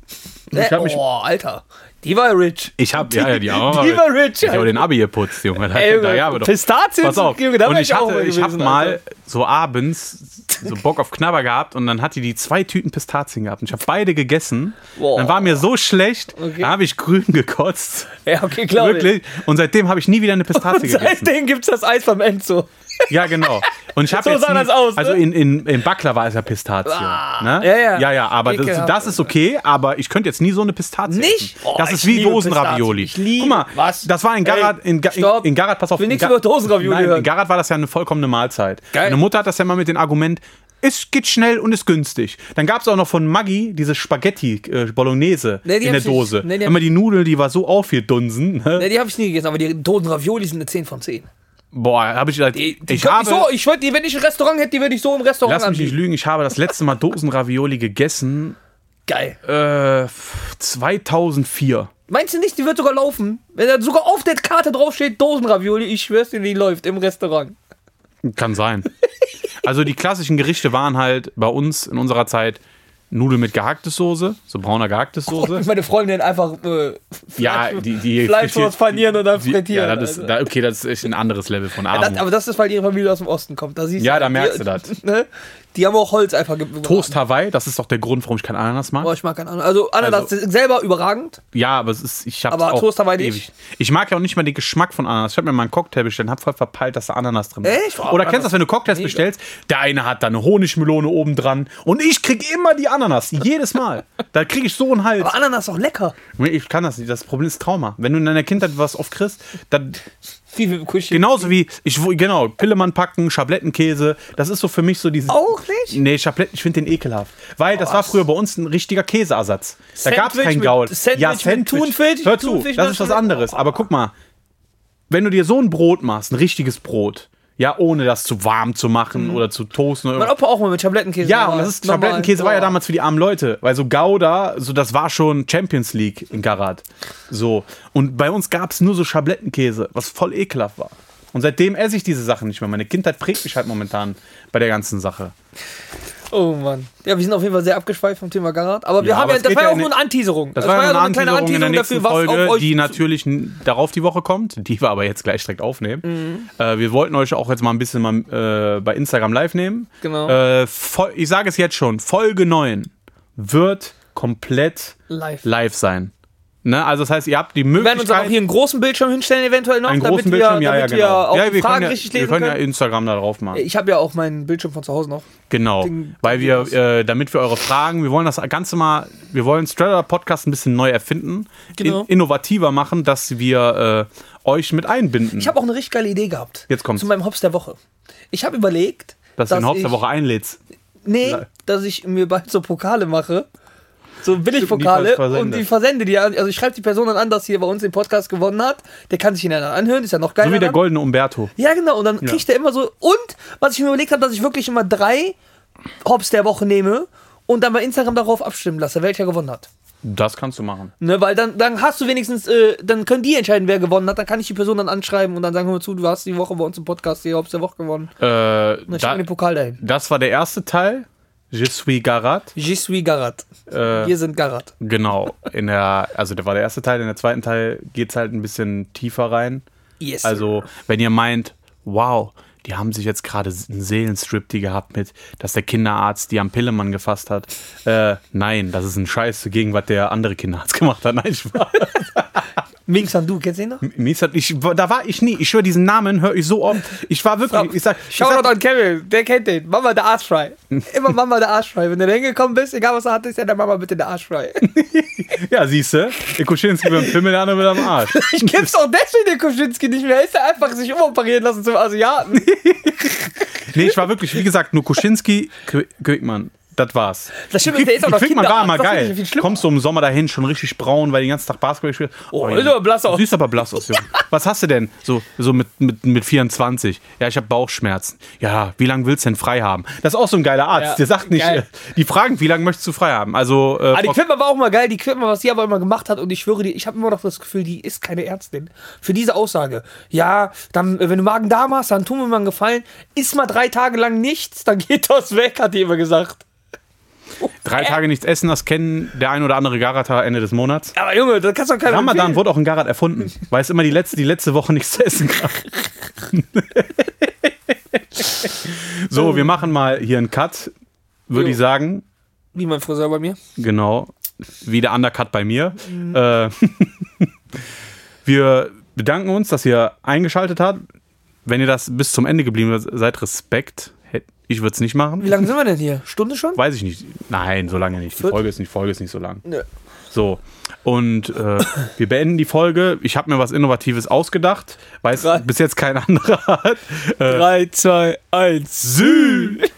Speaker 2: Und Ich
Speaker 1: Äh,
Speaker 2: habe mich,
Speaker 1: oh, Alter. Die war rich.
Speaker 2: ich hab, ja, ja, die,
Speaker 1: die war rich,
Speaker 2: Ich habe
Speaker 1: Alter.
Speaker 2: den Abi geputzt, Junge. Da,
Speaker 1: Ey,
Speaker 2: da, ja, aber doch.
Speaker 1: Pistazien
Speaker 2: Pass auf.
Speaker 1: sind- Junge, da
Speaker 2: und
Speaker 1: wär
Speaker 2: ich
Speaker 1: ich auch
Speaker 2: hatte,
Speaker 1: mal
Speaker 2: ich habe
Speaker 1: gewesen,
Speaker 2: mal
Speaker 1: Alter.
Speaker 2: so abends so Bock auf Knabber gehabt und dann hatte die zwei Tüten Pistazien gehabt. Und ich habe beide gegessen.
Speaker 1: Boah.
Speaker 2: Dann war mir so schlecht, dann habe ich grün (laughs) gekotzt.
Speaker 1: Ja, okay, klar.
Speaker 2: Wirklich. Und seitdem habe ich nie wieder eine
Speaker 1: (laughs)
Speaker 2: Pistazie gegessen.
Speaker 1: Seitdem gibt's das Eis beim Enzo.
Speaker 2: Ja, genau.
Speaker 1: (laughs)
Speaker 2: Und ich habe
Speaker 1: So
Speaker 2: jetzt
Speaker 1: sah
Speaker 2: nie,
Speaker 1: das aus, ne? Ah.
Speaker 2: Also in, in, in Baklava ist ja Pistazie. ne?
Speaker 1: ja, ja.
Speaker 2: ja, ja. Aber das,
Speaker 1: Ekelhaft.
Speaker 2: das ist okay, aber ich könnte jetzt nie so eine Pistazie
Speaker 1: Nicht?
Speaker 2: essen.
Speaker 1: Oh,
Speaker 2: das
Speaker 1: ich
Speaker 2: ist wie
Speaker 1: liebe
Speaker 2: Dosenravioli.
Speaker 1: Pistazien. Ich liebe-
Speaker 2: Guck mal,
Speaker 1: Was?
Speaker 2: das war in Garat,
Speaker 1: Ey,
Speaker 2: in, Ga- in,
Speaker 1: stopp.
Speaker 2: in Garat, pass auf.
Speaker 1: will
Speaker 2: in
Speaker 1: nichts
Speaker 2: Ga-
Speaker 1: über Dosenravioli
Speaker 2: Nein, in
Speaker 1: hören.
Speaker 2: Garat war das ja eine vollkommene Mahlzeit.
Speaker 1: Geil.
Speaker 2: Meine Mutter hat das ja mal mit dem Argument, es geht schnell und ist günstig. Dann gab es auch noch von Maggi diese Spaghetti äh, Bolognese
Speaker 1: Nee, die
Speaker 2: in
Speaker 1: hab
Speaker 2: der
Speaker 1: ich nicht.
Speaker 2: Dose.
Speaker 1: Nee, die hab
Speaker 2: Immer die Nudel, die war so aufgedunsen. Ne?
Speaker 1: Ne, die habe ich nie gegessen, aber die toten Ravioli sind eine 10 von 10.
Speaker 2: Boah, habe ich,
Speaker 1: Die, die
Speaker 2: ich
Speaker 1: könnte
Speaker 2: habe
Speaker 1: ich so, ich würd, die, wenn ich ein Restaurant hätte, die würde ich so im Restaurant
Speaker 2: Lass mich nicht lügen, ich habe das letzte Mal Dosenravioli gegessen
Speaker 1: Geil.
Speaker 2: äh, 2004.
Speaker 1: Meinst du nicht, die wird sogar laufen? Wenn da sogar auf der Karte draufsteht Dosenravioli, ich schwör's dir, die läuft im Restaurant. (laughs)
Speaker 2: Kann sein. Also die klassischen Gerichte waren halt bei uns in unserer Zeit Nudeln mit gehacktes Soße, so brauner gehacktes Soße.
Speaker 1: Und meine Freundin einfach äh,
Speaker 2: Ja,
Speaker 1: Fleisch-
Speaker 2: die, die
Speaker 1: Fleisch
Speaker 2: frittiert-
Speaker 1: was panieren und dann
Speaker 2: die-
Speaker 1: frittieren.
Speaker 2: Ja, das ist,
Speaker 1: Alter.
Speaker 2: da, okay, das ist echt ein anderes Level von
Speaker 1: also. Ja,
Speaker 2: Armut.
Speaker 1: das, aber das ist, weil ihre Familie aus dem Osten kommt. Da siehst
Speaker 2: Ja,
Speaker 1: du,
Speaker 2: da merkst
Speaker 1: die,
Speaker 2: du das.
Speaker 1: Ne? Die haben auch Holz einfach gebraten.
Speaker 2: Toast Hawaii, das ist doch der Grund, warum ich kein Ananas mag.
Speaker 1: Boah, ich mag keine Ahnung. Also Ananas
Speaker 2: Also-
Speaker 1: selber überragend.
Speaker 2: Ja, aber es ist, ich habe
Speaker 1: Aber
Speaker 2: auch
Speaker 1: Toast Hawaii nicht?
Speaker 2: ewig. Ich mag ja auch nicht mal den Geschmack von Ananas. Ich habe mir mal einen Cocktail bestellt, habe voll verpeilt, dass da Ananas drin ist.
Speaker 1: Echt? Boah,
Speaker 2: Oder kennst du das,
Speaker 1: Ananas-
Speaker 2: wenn du Cocktails bestellst? Der eine hat da eine Honigmelone oben dran und ich krieg immer die Ananas, jedes Mal. da krieg ich so einen Hals.
Speaker 1: Aber Ananas ist auch lecker.
Speaker 2: Ich kann das nicht. Das Problem ist Trauma. Wenn du in deiner Kindheit was oft kriegst, dann
Speaker 1: Wie mit dem Kuscheln.
Speaker 2: genauso wie ich wo- genau Pillemann packen, Schablettenkäse. Das ist so für mich so dieses.
Speaker 1: Auch nicht?
Speaker 2: Nee, Schabletten, ich finde den ekelhaft. Weil das war früher bei uns ein richtiger Käseersatz. Da
Speaker 1: Oh, Sandwich
Speaker 2: gab es keinen
Speaker 1: mit-
Speaker 2: Gaul.
Speaker 1: Sandwich mit Thunfisch,
Speaker 2: Hör zu,
Speaker 1: Thunfisch
Speaker 2: das ist was
Speaker 1: natürlich.
Speaker 2: anderes. Aber guck mal, wenn du dir so ein Brot machst, ein richtiges Brot, ja, ohne das zu warm zu
Speaker 1: Mhm.
Speaker 2: machen oder zu toasten oder
Speaker 1: Mein Opa auch mal mit Schablettenkäse.
Speaker 2: ja, und
Speaker 1: Normal.
Speaker 2: das ist, Schablettenkäse war ja
Speaker 1: Normal.
Speaker 2: damals für die armen Leute, weil so Gouda, so das war schon Champions League in Garat. So. Und bei uns gab es nur so Schablettenkäse, was voll ekelhaft war. Und seitdem esse ich diese Sachen nicht mehr. Meine Kindheit prägt mich halt momentan bei der ganzen Sache.
Speaker 1: Oh Mann. Ja, wir sind auf jeden Fall sehr abgeschweift vom Thema Garat. Aber wir
Speaker 2: Ja,
Speaker 1: haben
Speaker 2: aber
Speaker 1: ja,
Speaker 2: es
Speaker 1: das
Speaker 2: geht
Speaker 1: war ja
Speaker 2: ja
Speaker 1: auch nur
Speaker 2: in-
Speaker 1: eine Anteaserung.
Speaker 2: Das, war ja
Speaker 1: so
Speaker 2: eine Anteaserung in der nächsten Folge, die
Speaker 1: zu-
Speaker 2: natürlich n- darauf die Woche kommt, die wir aber jetzt gleich direkt aufnehmen.
Speaker 1: Mhm.
Speaker 2: Äh, wir wollten euch auch jetzt mal ein bisschen mal, äh, bei Instagram live nehmen.
Speaker 1: Genau.
Speaker 2: Äh, Fol- ich sage es jetzt schon, Folge 9 wird komplett
Speaker 1: Live.
Speaker 2: live sein. Ne? Also das heißt, ihr habt die
Speaker 1: Wir werden uns dann auch
Speaker 2: Möglichkeit,
Speaker 1: hier einen großen Bildschirm hinstellen, eventuell noch,
Speaker 2: einen
Speaker 1: damit
Speaker 2: großen
Speaker 1: wir,
Speaker 2: Bildschirm, ja, ja,
Speaker 1: damit
Speaker 2: genau.
Speaker 1: wir auch
Speaker 2: ja,
Speaker 1: die Fragen
Speaker 2: können ja,
Speaker 1: richtig
Speaker 2: wir
Speaker 1: lesen
Speaker 2: können
Speaker 1: können.
Speaker 2: ja Instagram da drauf machen.
Speaker 1: ich habe ja auch meinen Bildschirm von zu Hause noch.
Speaker 2: Genau,
Speaker 1: Den-
Speaker 2: weil wir, äh, damit wir eure Fragen, wir wollen das Ganze mal, wir wollen Strata Podcast ein bisschen neu erfinden,
Speaker 1: Genau.
Speaker 2: in, innovativer machen, dass wir äh, euch mit einbinden.
Speaker 1: Ich habe auch eine richtig geile Idee gehabt.
Speaker 2: Jetzt kommt's.
Speaker 1: Zu meinem Hops der Woche. Ich habe überlegt,
Speaker 2: dass, du in Haupt der
Speaker 1: ich-
Speaker 2: Woche einlädst.
Speaker 1: Nee,
Speaker 2: Le-
Speaker 1: dass ich mir bald so Pokale mache. So
Speaker 2: die
Speaker 1: Billigpokale
Speaker 2: vers- versende.
Speaker 1: und die versende die an. Also ich schreibe die Person dann an, dass hier bei uns den Podcast gewonnen hat. Der kann sich ihn dann anhören, ist ja noch geil.
Speaker 2: So wie der goldene Umberto.
Speaker 1: Ja, genau. Und dann kriegt er immer so. Und was ich mir überlegt habe, dass ich wirklich immer drei Hops der Woche nehme und dann bei Instagram darauf abstimmen lasse, welcher gewonnen hat.
Speaker 2: Das kannst du machen.
Speaker 1: Ne, weil dann, dann hast du wenigstens, äh, dann können die entscheiden, wer gewonnen hat. Dann kann ich die Person dann anschreiben und dann sagen wir mal zu, du hast die Woche bei uns im Podcast die Hops der Woche gewonnen.
Speaker 2: Äh,
Speaker 1: Dann schicken
Speaker 2: da,
Speaker 1: wir den Pokal dahin.
Speaker 2: das war der erste Teil. Je suis Garat.
Speaker 1: Je suis Garat.
Speaker 2: Äh,
Speaker 1: Wir sind Garat.
Speaker 2: genau. In der, also der war der erste Teil, in der zweiten Teil geht es halt ein bisschen tiefer rein.
Speaker 1: Yes.
Speaker 2: Also, wenn ihr meint, wow, die haben sich jetzt gerade einen Seelenstrip, die gehabt mit, dass der Kinderarzt die am Pillemann gefasst hat. (laughs) Äh, nein, das ist ein Scheiß gegen was der andere Kinderarzt gemacht hat. Nein, Spaß.
Speaker 1: Ming Sandu, kennst du ihn noch?
Speaker 2: Miesert, ich, da war ich nie. Ich höre diesen Namen, höre ich so oft. Ich war wirklich. Ich sag, ich
Speaker 1: Shoutout
Speaker 2: sag,
Speaker 1: an Kevin, der kennt den. Mama der
Speaker 2: (laughs)
Speaker 1: Arschfrei. Immer Mama der Arschfrei. Wenn du da hingekommen bist, egal was du hattest, ja, dann Mama bitte der
Speaker 2: (laughs)
Speaker 1: Arschfrei.
Speaker 2: ja, siehst du, der Kuschinski mit dem Pimmel, der andere mit am Arsch.
Speaker 1: Ich gib's auch deswegen den Kuschinski nicht mehr. Ist er einfach sich umoperieren lassen zum
Speaker 2: (laughs)
Speaker 1: Asiaten.
Speaker 2: Nee, ich war wirklich, wie gesagt, nur Kuschinski, Qu- Quickmann. Das war's.
Speaker 1: Das stimmt, der ist auch noch
Speaker 2: Quickmann war
Speaker 1: Kinderarzt,
Speaker 2: immer
Speaker 1: das finde ich
Speaker 2: geil.
Speaker 1: viel schlimmer.
Speaker 2: Kommst du im Sommer dahin, schon richtig braun, weil du den ganzen Tag Basketball gespielt hast. Oh,
Speaker 1: ist aber blass aus.
Speaker 2: Siehst aber blass
Speaker 1: (laughs)
Speaker 2: aus, Junge. Was hast du denn? So, so mit, mit, mit 24. Ja, ich habe Bauchschmerzen. Ja, wie lange willst du denn frei haben? Das ist auch so ein geiler Arzt.
Speaker 1: Ja,
Speaker 2: der sagt nicht, äh,
Speaker 1: geil.
Speaker 2: die fragen, wie lange möchtest du frei haben? Also, äh,
Speaker 1: Aber die
Speaker 2: Frau-
Speaker 1: Quitman war auch mal geil, die Quitman, was sie aber immer gemacht hat. Und ich schwöre dir, ich habe immer noch das Gefühl, die ist keine Ärztin. Für diese Aussage. Ja, dann, äh, wenn du Magen-Darm hast, dann tun wir mal einen Gefallen. Iss mal drei Tage lang nichts, dann geht das weg, hat die immer gesagt.
Speaker 2: drei Tage nichts essen, das kennen der ein oder andere Garata Ende des Monats.
Speaker 1: Aber Junge, das kannst du doch keiner
Speaker 2: Ramadan
Speaker 1: empfehlen.
Speaker 2: wurde auch in Garat erfunden, weil es immer die letzte, die letzte Woche nichts zu essen gab. so, wir machen mal hier einen Cut, würde
Speaker 1: Jo.
Speaker 2: ich sagen.
Speaker 1: Wie mein Friseur bei mir.
Speaker 2: Genau, wie der Undercut bei mir.
Speaker 1: Mhm.
Speaker 2: Äh, (laughs) wir bedanken uns, dass ihr eingeschaltet habt. Wenn ihr das bis zum Ende geblieben seid, Respekt. Hätt- Ich würde es nicht machen.
Speaker 1: Wie lange sind wir denn hier? Stunde schon?
Speaker 2: Weiß ich nicht. Nein, so lange nicht. Die Folge ist nicht, Folge ist nicht so lang.
Speaker 1: Nö.
Speaker 2: So. Und äh, wir beenden die Folge. Ich habe mir was Innovatives ausgedacht, weil es
Speaker 1: Drei.
Speaker 2: bis jetzt kein anderer hat. Äh,
Speaker 1: 3, 2, 1.
Speaker 2: Sü!